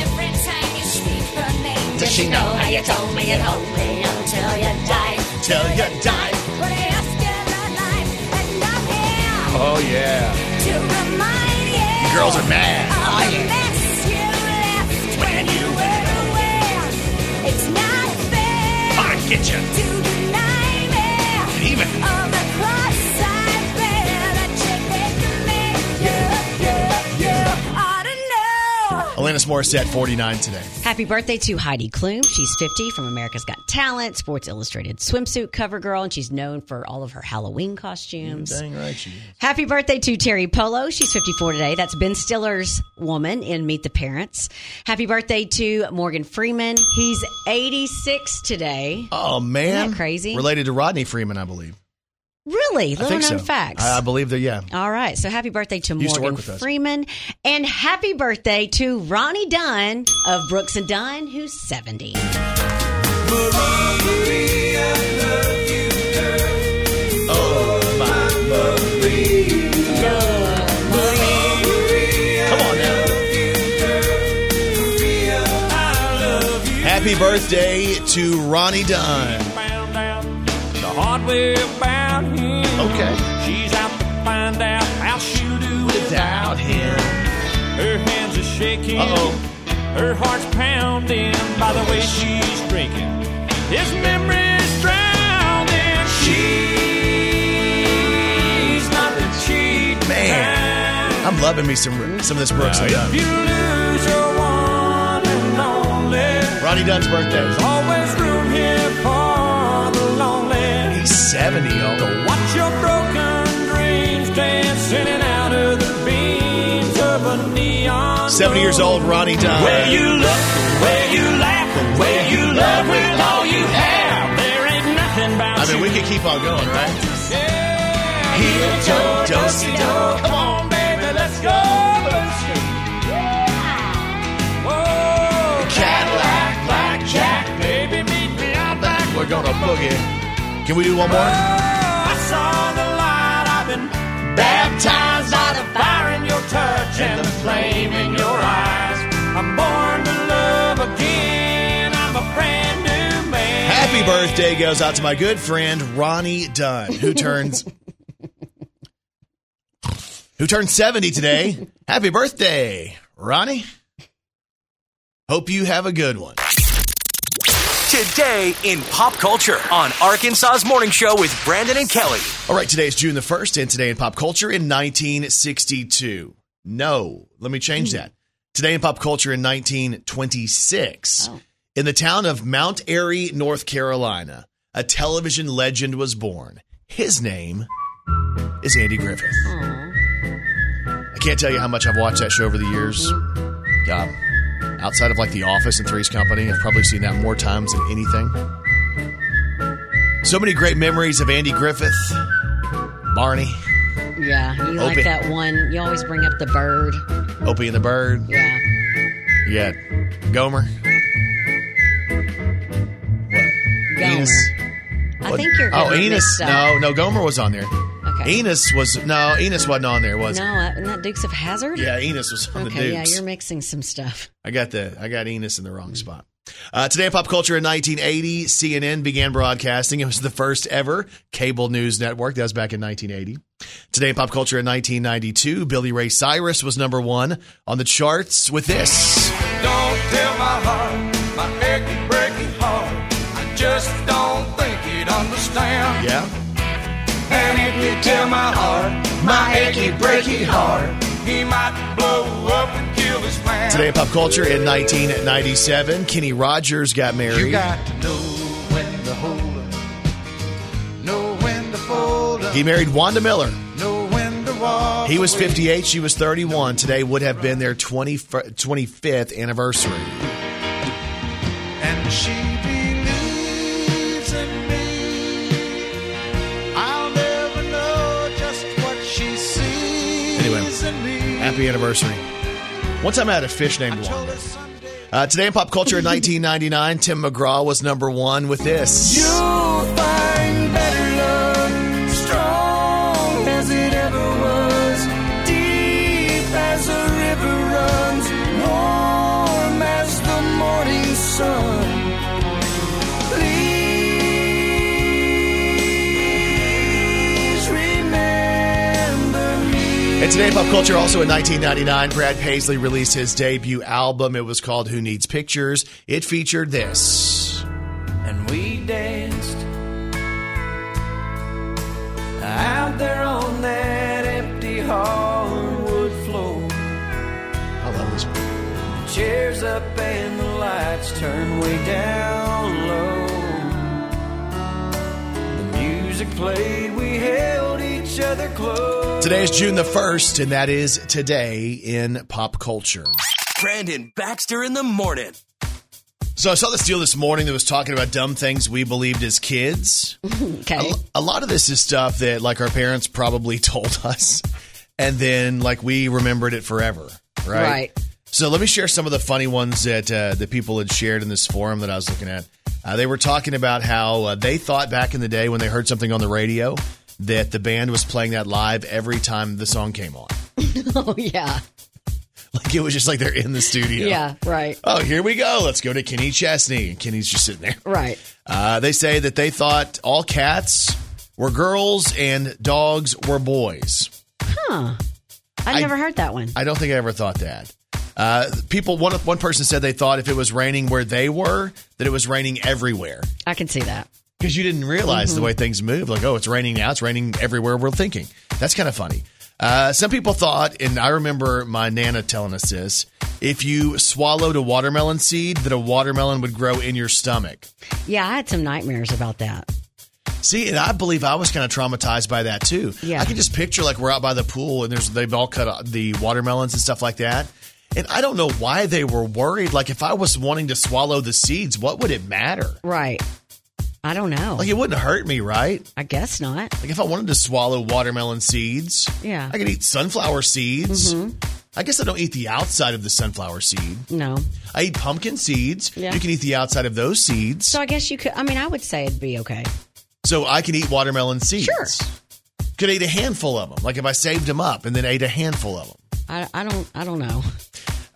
S4: Every time you speak her name,
S2: Does she
S4: just
S2: know
S4: know
S2: how
S4: how you told me you'd hold me until you die.
S2: Till you die.
S4: But I ask you the night, and I'm here
S2: Oh yeah,
S4: to remind you.
S2: you girls are mad.
S4: of the mess you left when you went away. It's not fair
S2: get you.
S4: to deny me
S2: Even. Oh.
S4: all the cross I bear that you taken me. You, you, you ought to know.
S2: Alanis Morissette, 49 today.
S3: Happy birthday to Heidi Klum. She's 50 from America's Got Talent, Sports Illustrated swimsuit cover girl, and she's known for all of her Halloween costumes.
S2: right, she.
S3: Happy birthday to Terry Polo. She's 54 today. That's Ben Stiller's woman in Meet the Parents. Happy birthday to Morgan Freeman. He's 86 today.
S2: Oh man,
S3: Isn't that crazy?
S2: Related to Rodney Freeman, I believe.
S3: Really?
S2: I
S3: Little
S2: think
S3: known
S2: so.
S3: facts.
S2: I, I believe that. Yeah.
S3: All right. So happy birthday to
S2: Used to
S3: Morgan
S2: work with us.
S3: Freeman. And happy birthday to Ronnie Dunn of Brooks and Dunn, who's 70.
S2: Come on now. Happy birthday to Ronnie Dunn.
S7: Found out the hard way about him.
S2: Okay.
S7: She's out to find out how she'll do
S2: Without him.
S7: Her hands are shaking.
S2: Uh-oh.
S7: Her heart's pounding by the way she's drinking. His memory's drowning. She's not the cheat
S2: Man.
S7: kind.
S2: I'm loving me some some of this Brooks and Dunn.
S7: If you lose your one and only,
S2: Ronnie Dunn's birthday.
S7: always room here for the lonely.
S2: He's 70, y'all.
S7: Watch your broken dreams dancing out of the beams of a neon.
S2: 70 years old, Ronnie Dunn.
S7: Where you look, where you laugh, where you love with all you have. There ain't nothing about
S2: I mean,
S7: you.
S2: we could keep on going, right?
S7: Yeah. Heel toe, dosey do. Come on, baby, let's go. Oh, Cadillac, blackjack, baby, meet me out back.
S2: We're going to boogie. Can we do one more?
S7: I saw the light. I've been baptized by the fire in your touch and the flame in your eyes. I'm born to love again. I'm a brand new man.
S2: Happy Happy birthday goes out to my good friend Ronnie Dunn, who turns who turned 70 today. Happy birthday, Ronnie. Hope you have a good one.
S1: Today in pop culture on Arkansas's Morning Show with Brandon and Kelly.
S2: All right, today is June the 1st, and today in pop culture in 1962. No, let me change that. Today in pop culture in 1926.
S3: Oh.
S2: In the town of Mount Airy, North Carolina, a television legend was born. His name is Andy Griffith.
S3: Aw.
S2: I can't tell you how much I've watched that show over the years. Um, outside of like The Office and Three's Company, I've probably seen that more times than anything. So many great memories of Andy Griffith, Barney,
S3: Yeah, you like
S2: Open.
S3: that one. You always bring up the bird.
S2: Opie and the Bird,
S3: Yeah.
S2: you got Gomer. What?
S3: Gomer.
S2: Enos.
S3: I
S2: What?
S3: think you're
S2: Oh,
S3: getting
S2: Enos.
S3: mixed up.
S2: No, no, Gomer was on there.
S3: Okay.
S2: Enos was no, Enos wasn't on there, was?
S3: No,
S2: it?
S3: uh, isn't that Dukes of Hazard?
S2: Yeah, Enos was on the
S3: Okay,
S2: Dukes.
S3: yeah, you're mixing some stuff.
S2: I got the I got Enos in the wrong spot. Uh, today in pop culture in 1980, CNN began broadcasting. It was the first ever cable news network. That was back in 1980. Today in pop culture in 1992, Billy Ray Cyrus was number one on the charts with this.
S10: Don't tell my heart, my achy, breaking heart. I just don't think it understand.
S2: Yeah,
S10: And if you tell my heart, my achy, breaky heart, he might blow up and kill his man.
S2: today in pop culture in 1997, Kenny Rogers got
S10: you
S2: married.
S10: got to know when to hold up, know when to fold up,
S2: He married Wanda Miller.
S10: know when to walk.
S2: He was
S10: away.
S2: 58. She was 31. Today would have been their 20, 25th anniversary.
S10: and she believes in me. I'll never know just what she sees
S2: Anyway,
S10: in me.
S2: Happy anniversary. One time I had a fish named
S10: Till
S2: Wanda.
S10: the Sunday.
S2: Uh, today in pop culture in 1999, Tim McGraw was number one with this.
S10: You'll find better love, strong as it ever was, deep as a river runs, warm as the morning sun. Please remember me.
S2: And today in pop culture, also in 1999, Brad Paisley released his debut album. It was called Who Needs Pictures. It featured this.
S10: And we danced out there on that empty hardwood floor.
S2: I love this one.
S10: Chairs up and the lights turn way down low. The music played, we held each other close.
S2: Today is June the 1st, and that is today in pop culture.
S1: Brandon Baxter in the morning.
S2: So I saw this deal this morning that was talking about dumb things we believed as kids.
S3: Okay.
S2: a, a lot of this is stuff that like our parents probably told us and then like we remembered it forever right
S3: Right.
S2: so let me share some of the funny ones that uh, that people had shared in this forum that i was looking at uh, they were talking about how uh, they thought back in the day when they heard something on the radio that the band was playing that live every time the song came on
S3: Oh yeah.
S2: like it was just like they're in the studio
S3: Yeah. Right.
S2: oh here we go let's go to kenny chesney and kenny's just sitting there
S3: Right.
S2: uh, they say that they thought all cats were girls and dogs were boys.
S3: I've
S2: I-
S3: never heard that one.
S2: I don't think I ever thought that. Uh, people, one one person said they thought if it was raining where they were, that it was raining everywhere
S3: I can see that.
S2: because you didn't realize the way things move. Like, oh, it's raining now; it's raining everywhere we're thinking. That's kind of funny. Uh, some people thought, and I remember my nana telling us this: if you swallowed a watermelon seed, that a watermelon would grow in your stomach.
S3: Yeah, I had some nightmares about that.
S2: See, and I believe I was kind of traumatized by that too.
S3: Yeah.
S2: I can just picture like we're out by the pool and there's they've all cut out the watermelons and stuff like that. And I don't know why they were worried. Like if I was wanting to swallow the seeds, what would it matter?
S3: Right. I don't know.
S2: Like it wouldn't hurt me, right?
S3: I guess not.
S2: Like if I wanted to swallow watermelon seeds,
S3: Yeah. Mm-hmm.
S2: I could eat sunflower seeds. I guess I don't eat the outside of the sunflower seed.
S3: No.
S2: I eat pumpkin seeds.
S3: Yeah.
S2: You can eat the outside of those seeds.
S3: So I guess you could. I mean, I would say it'd be okay.
S2: So I can eat watermelon seeds.
S3: Sure.
S2: Could eat a handful of them. Like if I saved them up and then ate a handful of them.
S3: I, I don't. I don't know.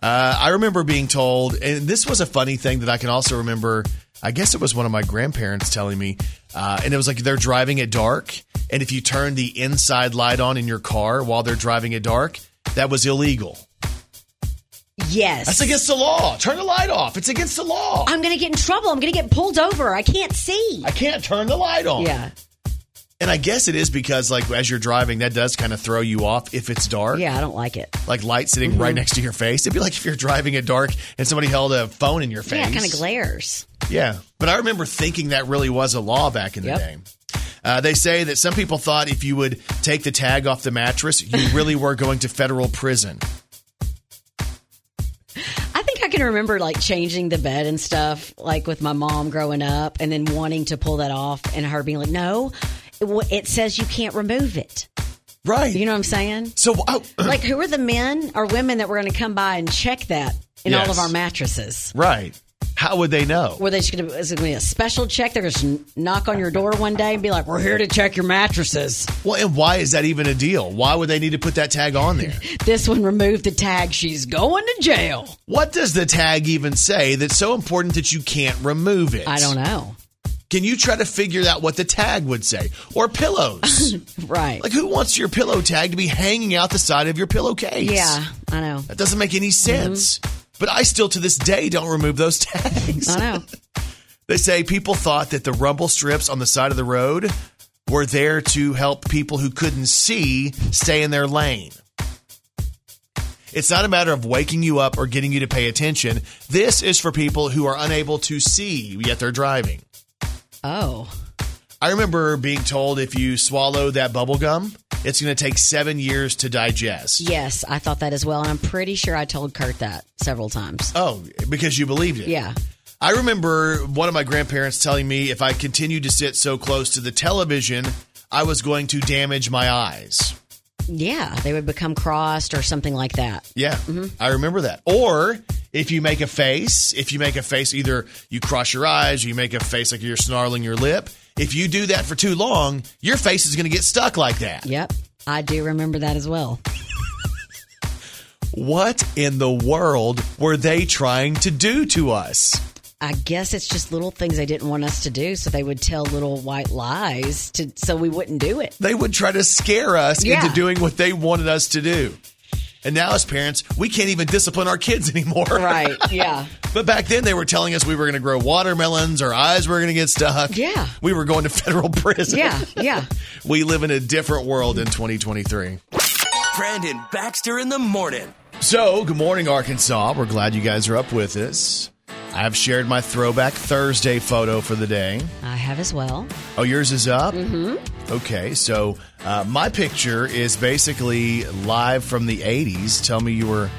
S2: Uh, I remember being told, and this was a funny thing that I can also remember. I guess it was one of my grandparents telling me, uh, and it was like they're driving at dark, and if you turn the inside light on in your car while they're driving at dark, that was illegal.
S3: Yes.
S2: That's against the law. Turn the light off. It's against the law.
S3: I'm going to get in trouble. I'm going to get pulled over. I can't see.
S2: I can't turn the light on.
S3: yeah.
S2: And I guess it is because, like, as you're driving, that does kind of throw you off if it's dark.
S3: Yeah, I don't like it.
S2: Like light sitting right
S3: Mm-hmm.
S2: next to your face. It'd be like if you're driving at dark and somebody held a phone in your face.
S3: Yeah, it kind of glares.
S2: Yeah, but I remember thinking that really was a law back in the
S3: Yep.
S2: day. Uh, they say that some people thought if you would take the tag off the mattress, you really were going to federal prison.
S3: I think I can remember like changing the bed and stuff, like with my mom growing up, and then wanting to pull that off, and her being like, "No, it, wa- it says you can't remove it."
S2: Right.
S3: You know what I'm saying?
S2: so oh,
S3: like, who are the men or women that were going to come by and check that in all
S2: Yes.
S3: of our mattresses?
S2: right. How would they know?
S3: Were they just going to? Is it going to be a special check? They're going to knock on your door one day and be like, "We're here to check your mattresses."
S2: Well, and why is that even a deal? Why would they need to put that tag on there?
S3: This one removed the tag. She's going to jail.
S2: What does the tag even say that's so important that you can't remove it?
S3: I don't know.
S2: Can you try to figure out what the tag would say? Or pillows.
S3: Right?
S2: like, who wants your pillow tag to be hanging out the side of your pillowcase?
S3: yeah, I know.
S2: That doesn't make any sense. But I still to this day don't remove those tags.
S3: I know.
S2: They say people thought that the rumble strips on the side of the road were there to help people who couldn't see stay in their lane. It's not a matter of waking you up or getting you to pay attention. This is for people who are unable to see yet they're driving.
S3: Oh,
S2: I remember being told if you swallow that bubble gum, it's going to take 7 years to digest.
S3: yes, I thought that as well, and I'm pretty sure I told Kurt that several times.
S2: Oh, because you believed it.
S3: Yeah.
S2: I remember one of my grandparents telling me if I continued to sit so close to the television, I was going to damage my eyes.
S3: Yeah, they would become crossed or something like that.
S2: Yeah, I remember that. Or if you make a face, if you make a face, either you cross your eyes, you make a face like you're snarling your lip. If you do that for too long, your face is going to get stuck like that.
S3: Yep, I do remember that as well.
S2: What in the world were they trying to do to us?
S3: I guess it's just little things they didn't want us to do, so they would tell little white lies to so we wouldn't do it.
S2: they would try to scare us
S3: Yeah.
S2: into doing what they wanted us to do. And now, as parents, we can't even discipline our kids anymore.
S3: Right? Yeah.
S2: But back then, they were telling us we were going to grow watermelons, our eyes were going to get stuck.
S3: Yeah.
S2: We were going to federal prison.
S3: Yeah. Yeah.
S2: We live in a different world in 2023.
S1: Brandon Baxter in the morning.
S2: So, good morning, Arkansas. We're glad you guys are up with us. I've shared my throwback Thursday photo for the day.
S3: I have as well.
S2: Oh, yours is up? Mm-hmm. Okay, so uh, my picture is basically live from the 80s. Tell me you were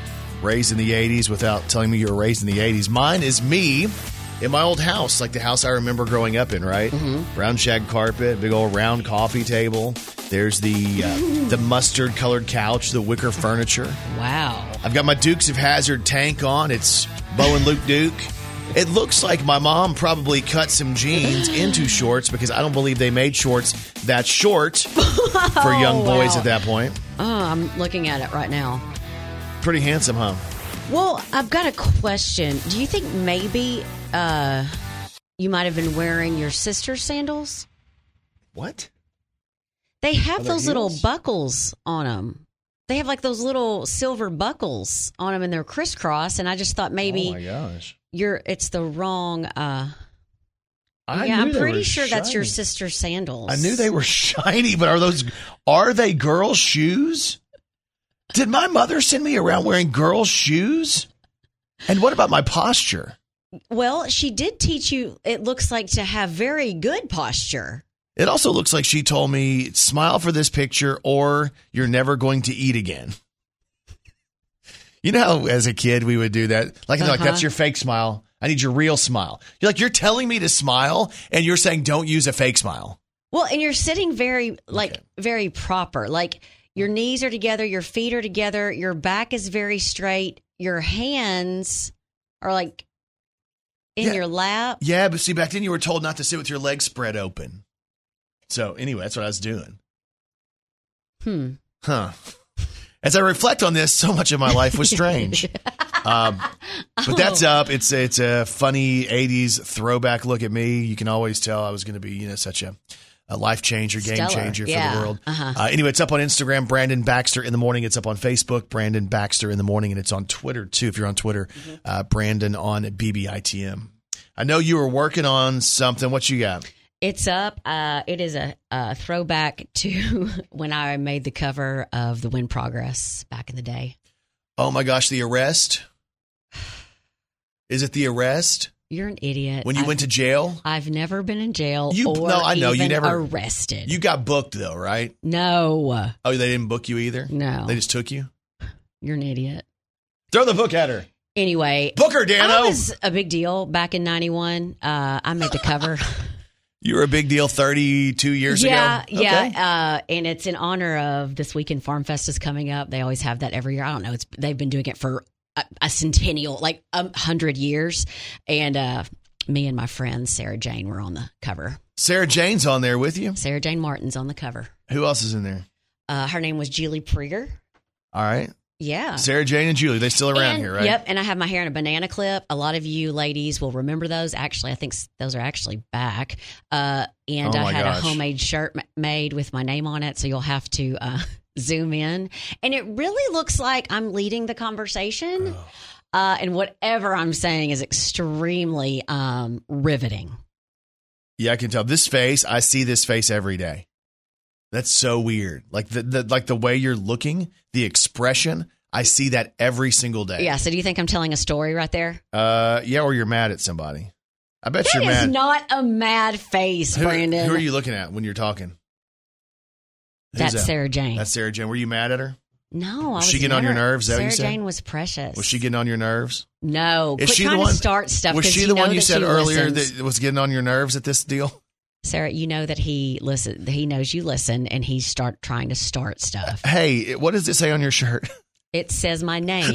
S2: raised in the 80s without telling me you were raised in the 80s. Mine is me in my old house, like the house I remember growing up in, right? Mm-hmm. Round shag carpet, big old round coffee table. There's the uh, the mustard colored couch, the wicker furniture.
S3: Wow.
S2: I've got my Dukes of Hazard tank on. It's Bo and Luke Duke. It looks like my mom probably cut some jeans into shorts because I don't believe they made shorts that short for young boys
S3: wow.
S2: at that point.
S3: Oh, I'm looking at it right now.
S2: Pretty handsome, huh?
S3: Well, I've got a question. Do you think maybe uh, you might have been wearing your sister's sandals?
S2: What?
S3: They have
S2: their
S3: those little
S2: heels?
S3: buckles on them. They have like those little silver buckles on them, and they're crisscross. And I just
S2: Oh
S3: thought maybe
S2: gosh.
S3: you're it's the wrong. Uh, yeah, I'm pretty sure that's your sister's sandals.
S2: I knew they were shiny, but are those are they girl shoes? Did my mother send me around wearing girl shoes? And what about my posture?
S3: Well, she did teach you. It looks like to have very good posture.
S2: It also looks like she told me, smile for this picture or you're never going to eat again. You know how as a kid we would do that? Like, they're like
S3: Uh-huh.
S2: that's your fake smile. I need your real smile. You're like, you're telling me to smile and you're saying don't use a fake smile.
S3: Well, and you're sitting very like very proper. Like your knees are together, your feet are together, your back is very straight, your hands are like in
S2: Yeah.
S3: your lap.
S2: Yeah, but see, back then you were told not to sit with your legs spread open. So anyway, that's what I was doing.
S3: Hmm.
S2: Huh. As I reflect on this, so much of my life was strange. Um, but that's
S3: Oh.
S2: up. It's it's a funny '80s throwback look at me. You can always tell I was going to be you know such a, a life changer, game
S3: Stellar.
S2: changer for
S3: Yeah.
S2: the world.
S3: Uh-huh.
S2: Uh, anyway, it's up on Instagram, Brandon Baxter in the morning. It's up on Facebook, Brandon Baxter in the morning, and it's on Twitter too. If you're on Twitter,
S3: Mm-hmm.
S2: uh, Brandon on BBITM. I know you were working on something. What you got?
S3: It's up. Uh, it is a, a throwback to when I made the cover of The Win Progress back in the day.
S2: Oh my gosh, the arrest. Is it the arrest
S3: You're an idiot.
S2: when you
S3: I've-
S2: went to jail?
S3: I've never been in jail
S2: You-
S3: or
S2: no, I know, you
S3: even
S2: never-
S3: arrested.
S2: You got booked though, right?
S3: no,
S2: Oh, they didn't book you either.
S3: No.
S2: they just took you.
S3: you're an idiot.
S2: Throw the book at her.
S3: Anyway,
S2: Book her, Dano.
S3: I was a big deal back in '91. Uh, I made the cover.
S2: you were a big deal 32 years
S3: yeah,
S2: ago. Okay.
S3: yeah, uh, and it's in honor of this weekend Farm Fest is coming up. They always have that every year. I don't know. It's they've been doing it for a, a centennial, like a hundred years. And uh, me and my friend Sarah Jane were on the cover.
S2: Sarah Jane's on there with you.
S3: Sarah Jane Martin's on the cover.
S2: Who else is in there?
S3: Uh, her name was Julie Prieger.
S2: All right.
S3: Yeah.
S2: Sarah Jane and Julie. They still around
S3: And-
S2: here, right?
S3: Uh, Yep, and I have my hair in a banana clip. A lot of you ladies will remember those. Actually, I think s- those are actually back. Uh, and
S2: Oh
S3: I
S2: my
S3: had
S2: gosh.
S3: a homemade shirt ma- made with my name on it, so you'll have to uh, zoom in. And it really looks like I'm leading the conversation,
S2: Oh.
S3: uh, and whatever I'm saying is extremely um, riveting.
S2: Yeah, I can tell. This face, I see this face every day. That's so weird. Like the, the like the way you're looking, the expression, I see that every single day.
S3: Yeah. So, do you think I'm telling a story right there?
S2: Uh yeah, or you're mad at somebody. I bet
S3: That
S2: you're
S3: is
S2: mad.
S3: not a mad face,
S2: who,
S3: Brandon.
S2: who are you looking at when you're talking? Who's
S3: That's
S2: that?
S3: Sarah Jane.
S2: That's Sarah Jane. Were you mad at her?
S3: no, I
S2: Was
S3: was
S2: she getting on your
S3: never-
S2: nerves? Is that what you
S3: Sarah
S2: said?
S3: Jane was precious.
S2: Was she getting on your nerves?
S3: No,
S2: Is
S3: quit
S2: she the
S3: trying
S2: one-
S3: to start stuff.
S2: Was
S3: 'cause
S2: she the
S3: know
S2: one you
S3: that
S2: said
S3: she
S2: earlier
S3: listens.
S2: that was getting on your nerves at this deal?
S3: Sarah, you know that he listen. He knows you listen, and he start trying to start stuff.
S2: Hey, it- what does it say on your shirt?
S3: It says my name.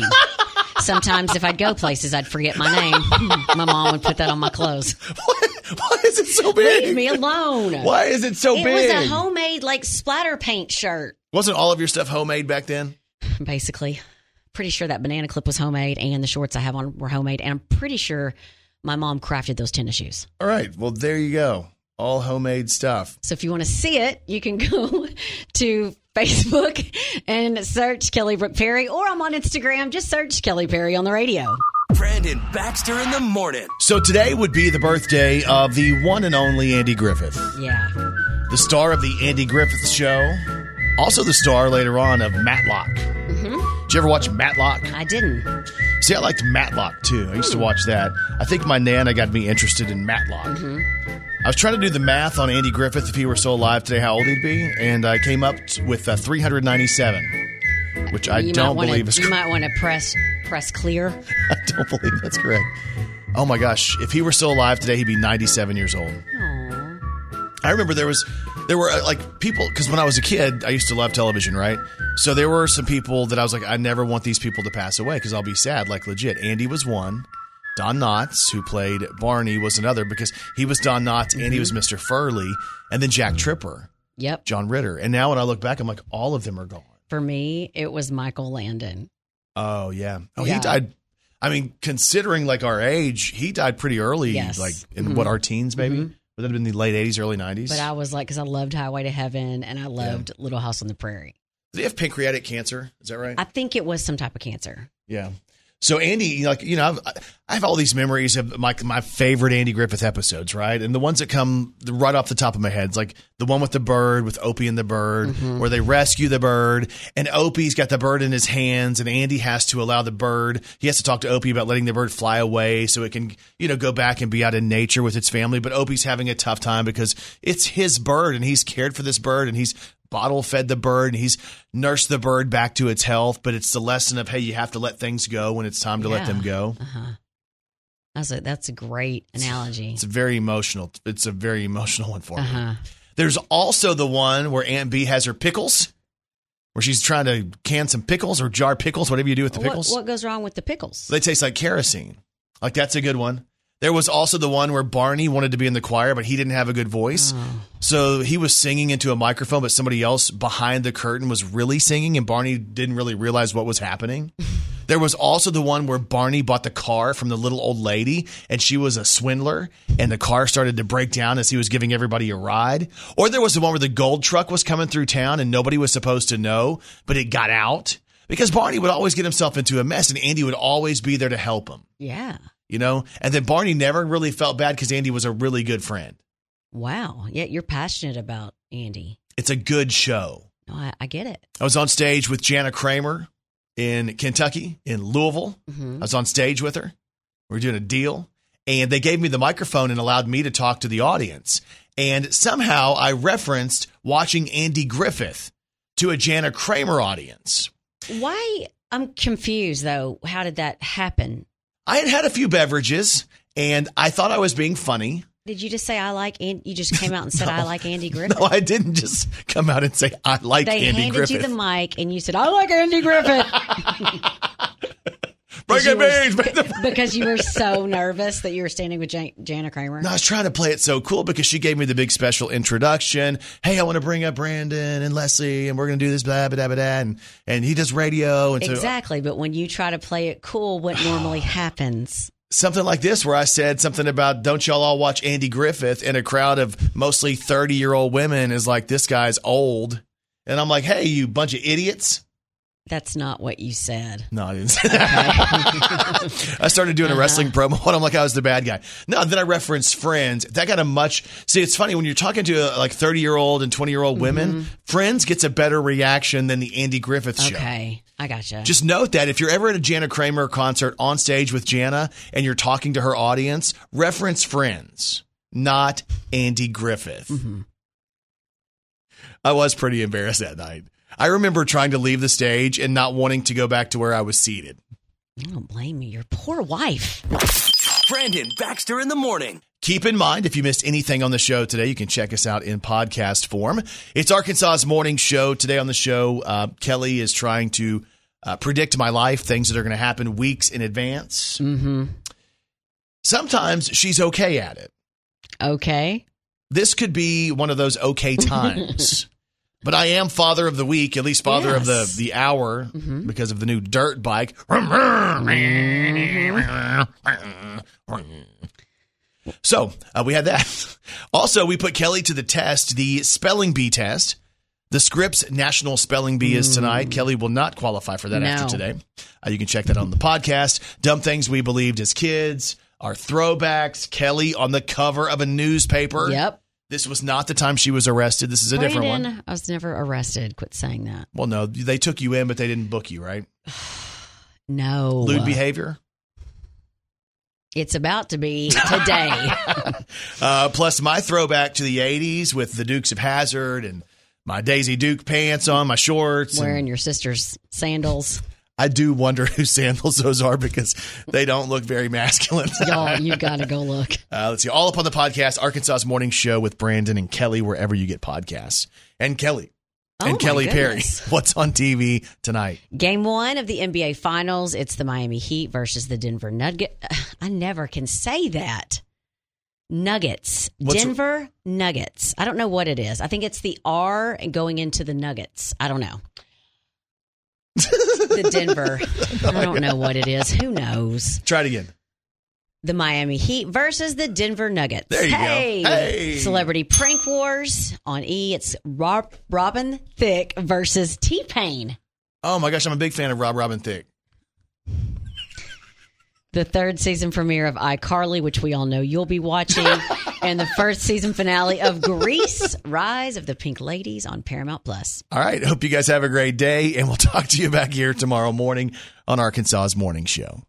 S3: Sometimes if I'd go places, I'd forget my name. my mom would put that on my clothes.
S2: what? Why is it so big?
S3: Leave me alone.
S2: Why is it so
S3: It
S2: big?
S3: was a homemade like splatter paint shirt,
S2: Wasn't all of your stuff homemade back then?
S3: basically. Pretty sure that banana clip was homemade, and the shorts I have on were homemade, and I'm pretty sure my mom crafted those tennis shoes.
S2: All right. Well, there you go. All homemade stuff.
S3: So if you want to see it, you can go to Facebook and search Kelly Brook Perry, or I'm on Instagram. Just search Kelly Perry on the radio.
S1: Brandon Baxter in the morning.
S2: So today would be the birthday of the one and only Andy Griffith,
S3: Yeah.
S2: the star of the Andy Griffith Show, also the star later on of Matlock. Mm-hmm. Did you ever watch Matlock?
S3: I didn't.
S2: See, I liked Matlock too. I
S3: Hmm.
S2: used to watch that. I think my nana got me interested in Matlock.
S3: Mm-hmm.
S2: I was trying to do the math on Andy Griffith if he were still alive today, how old he'd be, and I came up t- with uh, 397, which I
S3: you might
S2: don't
S3: wanna,
S2: believe is
S3: You
S2: correct.
S3: might want to press press clear.
S2: I don't believe that's correct. Oh my gosh! If he were still alive today, he'd be 97 years old.
S3: Aw.
S2: I remember there was there were uh, like people because when I was a kid, I used to love television, right? So there were some people that I was like, I never want these people to pass away because I'll be sad. Like legit, Andy was one. Don Knotts, who played Barney, was another because he was Don Knotts and he was Mr. Furley, and then Jack Tripper,
S3: Yep.
S2: John Ritter. And now when I look back, I'm like, all of them are gone.
S3: For me, it was Michael Landon.
S2: Oh yeah. Oh,
S3: Yeah.
S2: he died. I mean, considering like our age, he died pretty early,
S3: Yes. Mm-hmm.
S2: like in what our teens maybe. Would that have been the late '80s, early '90s?
S3: But I was like, because I loved Highway to Heaven and I loved Little House on the Prairie.
S2: Did he have pancreatic cancer? Is that right?
S3: I think it was some type of cancer.
S2: Yeah. So Andy, like you know, I've, I have all these memories of my my favorite Andy Griffith episodes, right? And the ones that come right off the top of my head, like the one with the bird, with Opie and the bird, where they rescue the bird, and Opie's got the bird in his hands, and Andy has to allow the bird. He has to talk to Opie about letting the bird fly away so it can, you know, go back and be out in nature with its family. But Opie's having a tough time because it's his bird, and he's cared for this bird, and he's bottle fed the bird and he's nursed the bird back to its health but it's the lesson of hey you have to let things go when it's time to let
S3: Yeah.
S2: them go
S3: Uh-huh. I was like, that's a great analogy.
S2: it's very emotional it's a very emotional one for
S3: Uh
S2: me
S3: huh.
S2: there's also the one where aunt b has her pickles where she's trying to can some pickles or jar pickles whatever you do with the
S3: What,
S2: pickles
S3: what goes wrong with the pickles?
S2: they taste like kerosene like that's a good one there was also the one where barney wanted to be in the choir but he didn't have a good voice
S3: Oh.
S2: So he was singing into a microphone, but somebody else behind the curtain was really singing, and Barney didn't really realize what was happening. There was also the one where Barney bought the car from the little old lady and she was a swindler and the car started to break down as he was giving everybody a ride. Or there was the one where the gold truck was coming through town and nobody was supposed to know, but it got out because Barney would always get himself into a mess and Andy would always be there to help him,
S3: Yeah.
S2: you know? And then Barney never really felt bad because Andy was a really good friend.
S3: Wow. Yet you're passionate about Andy.
S2: It's a good show.
S3: No, I, I get it.
S2: I was on stage with Jana Kramer in Kentucky, in Louisville. I
S3: Mhm.
S2: was on stage with her. We were doing a deal, and they gave me the microphone and allowed me to talk to the audience. And somehow I referenced watching Andy Griffith to a Jana Kramer audience.
S3: Why? I'm confused though. How did that happen?
S2: I had had a few beverages, and I thought I was being funny.
S3: Did you just say I like and you just came out and said I like Andy Griffith?
S2: No, I didn't just come out and say I like
S3: they
S2: Andy
S3: handed
S2: Griffith.
S3: you the mic and you said I like Andy Griffith
S2: Break
S3: you
S2: it,
S3: were-
S2: beans, break the-
S3: because you were so nervous that you were standing with Jan- Jana Kramer.
S2: No, I was trying to play it so cool because she gave me the big special introduction. Hey, I want to bring up Brandon and Leslie, and we're going to do this, blah, blah, blah, blah, and, and he does radio. And so
S3: Exactly, but when you try to play it cool, what normally happens?
S2: something like this, where I said something about, don't y'all all watch Andy Griffith? And a crowd of mostly 30 year old women is like, this guy's old. And I'm like, hey, you bunch of idiots.
S3: That's not what you said.
S2: No, I didn't say that. I started doing a wrestling promo, and I'm like, I was the bad guy. No, then I referenced Friends. That got a much. See, it's funny when you're talking to uh, like 30 year old and 20 year old women. Friends gets a better reaction than the Andy Griffith show.
S3: Okay, I gotcha.
S2: Just note that if you're ever at a Jana Kramer concert on stage with Jana and you're talking to her audience, reference Friends, not Andy Griffith. I was pretty embarrassed that night. I remember trying to leave the stage and not wanting to go back to where I was seated.
S3: I don't blame you. Your poor wife.
S1: Brandon Baxter in the morning.
S2: Keep in mind, if you missed anything on the show today, you can check us out in podcast form. It's Arkansas's morning show. Today on the show, uh, Kelly is trying to uh, predict my life, things that are going to happen weeks in advance.
S3: Mm-hmm.
S2: Sometimes she's okay at it.
S3: Okay.
S2: This could be one of those okay times. but I am father of the week, at least father of the,
S3: Yes. Mm-hmm.
S2: the hour, because of the new dirt bike. So uh, we had that. Also, we put Kelly to the test, the spelling bee test. The Scripps National Spelling Bee is tonight. Kelly will not qualify for that after
S3: Mm. No.
S2: today. Uh, you can check that on the podcast. Dumb things we believed as kids, our throwbacks. Kelly on the cover of a newspaper.
S3: Yep.
S2: This was not the time she was arrested. This is a different
S3: Brandon,
S2: one.
S3: I was never arrested. Quit saying that.
S2: Well, no, they took you in, but they didn't book you, right?
S3: No.
S2: Lewd behavior.
S3: It's about to be today.
S2: Uh, plus my throwback to the '80s with the Dukes of Hazard and my Daisy Duke pants on, my shorts. and-
S3: Wearing your sister's sandals.
S2: I do wonder whose sandals those are because they don't look very masculine.
S3: Y'all, you got to go look.
S2: Uh, let's see. All up on the podcast, Arkansas's morning show with Brandon and Kelly, wherever you get podcasts, and Kelly
S3: Oh,
S2: and
S3: my
S2: Kelly
S3: goodness.
S2: Perry. What's on TV tonight?
S3: Game one of the NBA Finals. It's the Miami Heat versus the Denver Nuggets. I never can say that. Nuggets.
S2: What's-
S3: Denver Nuggets. I don't know what it is. I think it's the R and going into the Nuggets. I don't know. the Denver. I don't know what it is. Who knows?
S2: Try it again.
S3: The Miami Heat versus the Denver Nuggets.
S2: There you go.
S3: hey.
S2: Hey.
S3: Celebrity Prank Wars on E. It's Rob, Robin Thicke versus T Pain.
S2: Oh my gosh, I'm a big fan of Rob Robin Thicke.
S3: the third season premiere of iCarly, which we all know you'll be watching, and the first season finale of Grease, Rise of the Pink Ladies on Paramount Plus.
S2: All right. Hope you guys have a great day, and we'll talk to you back here tomorrow morning on Arkansas's morning show.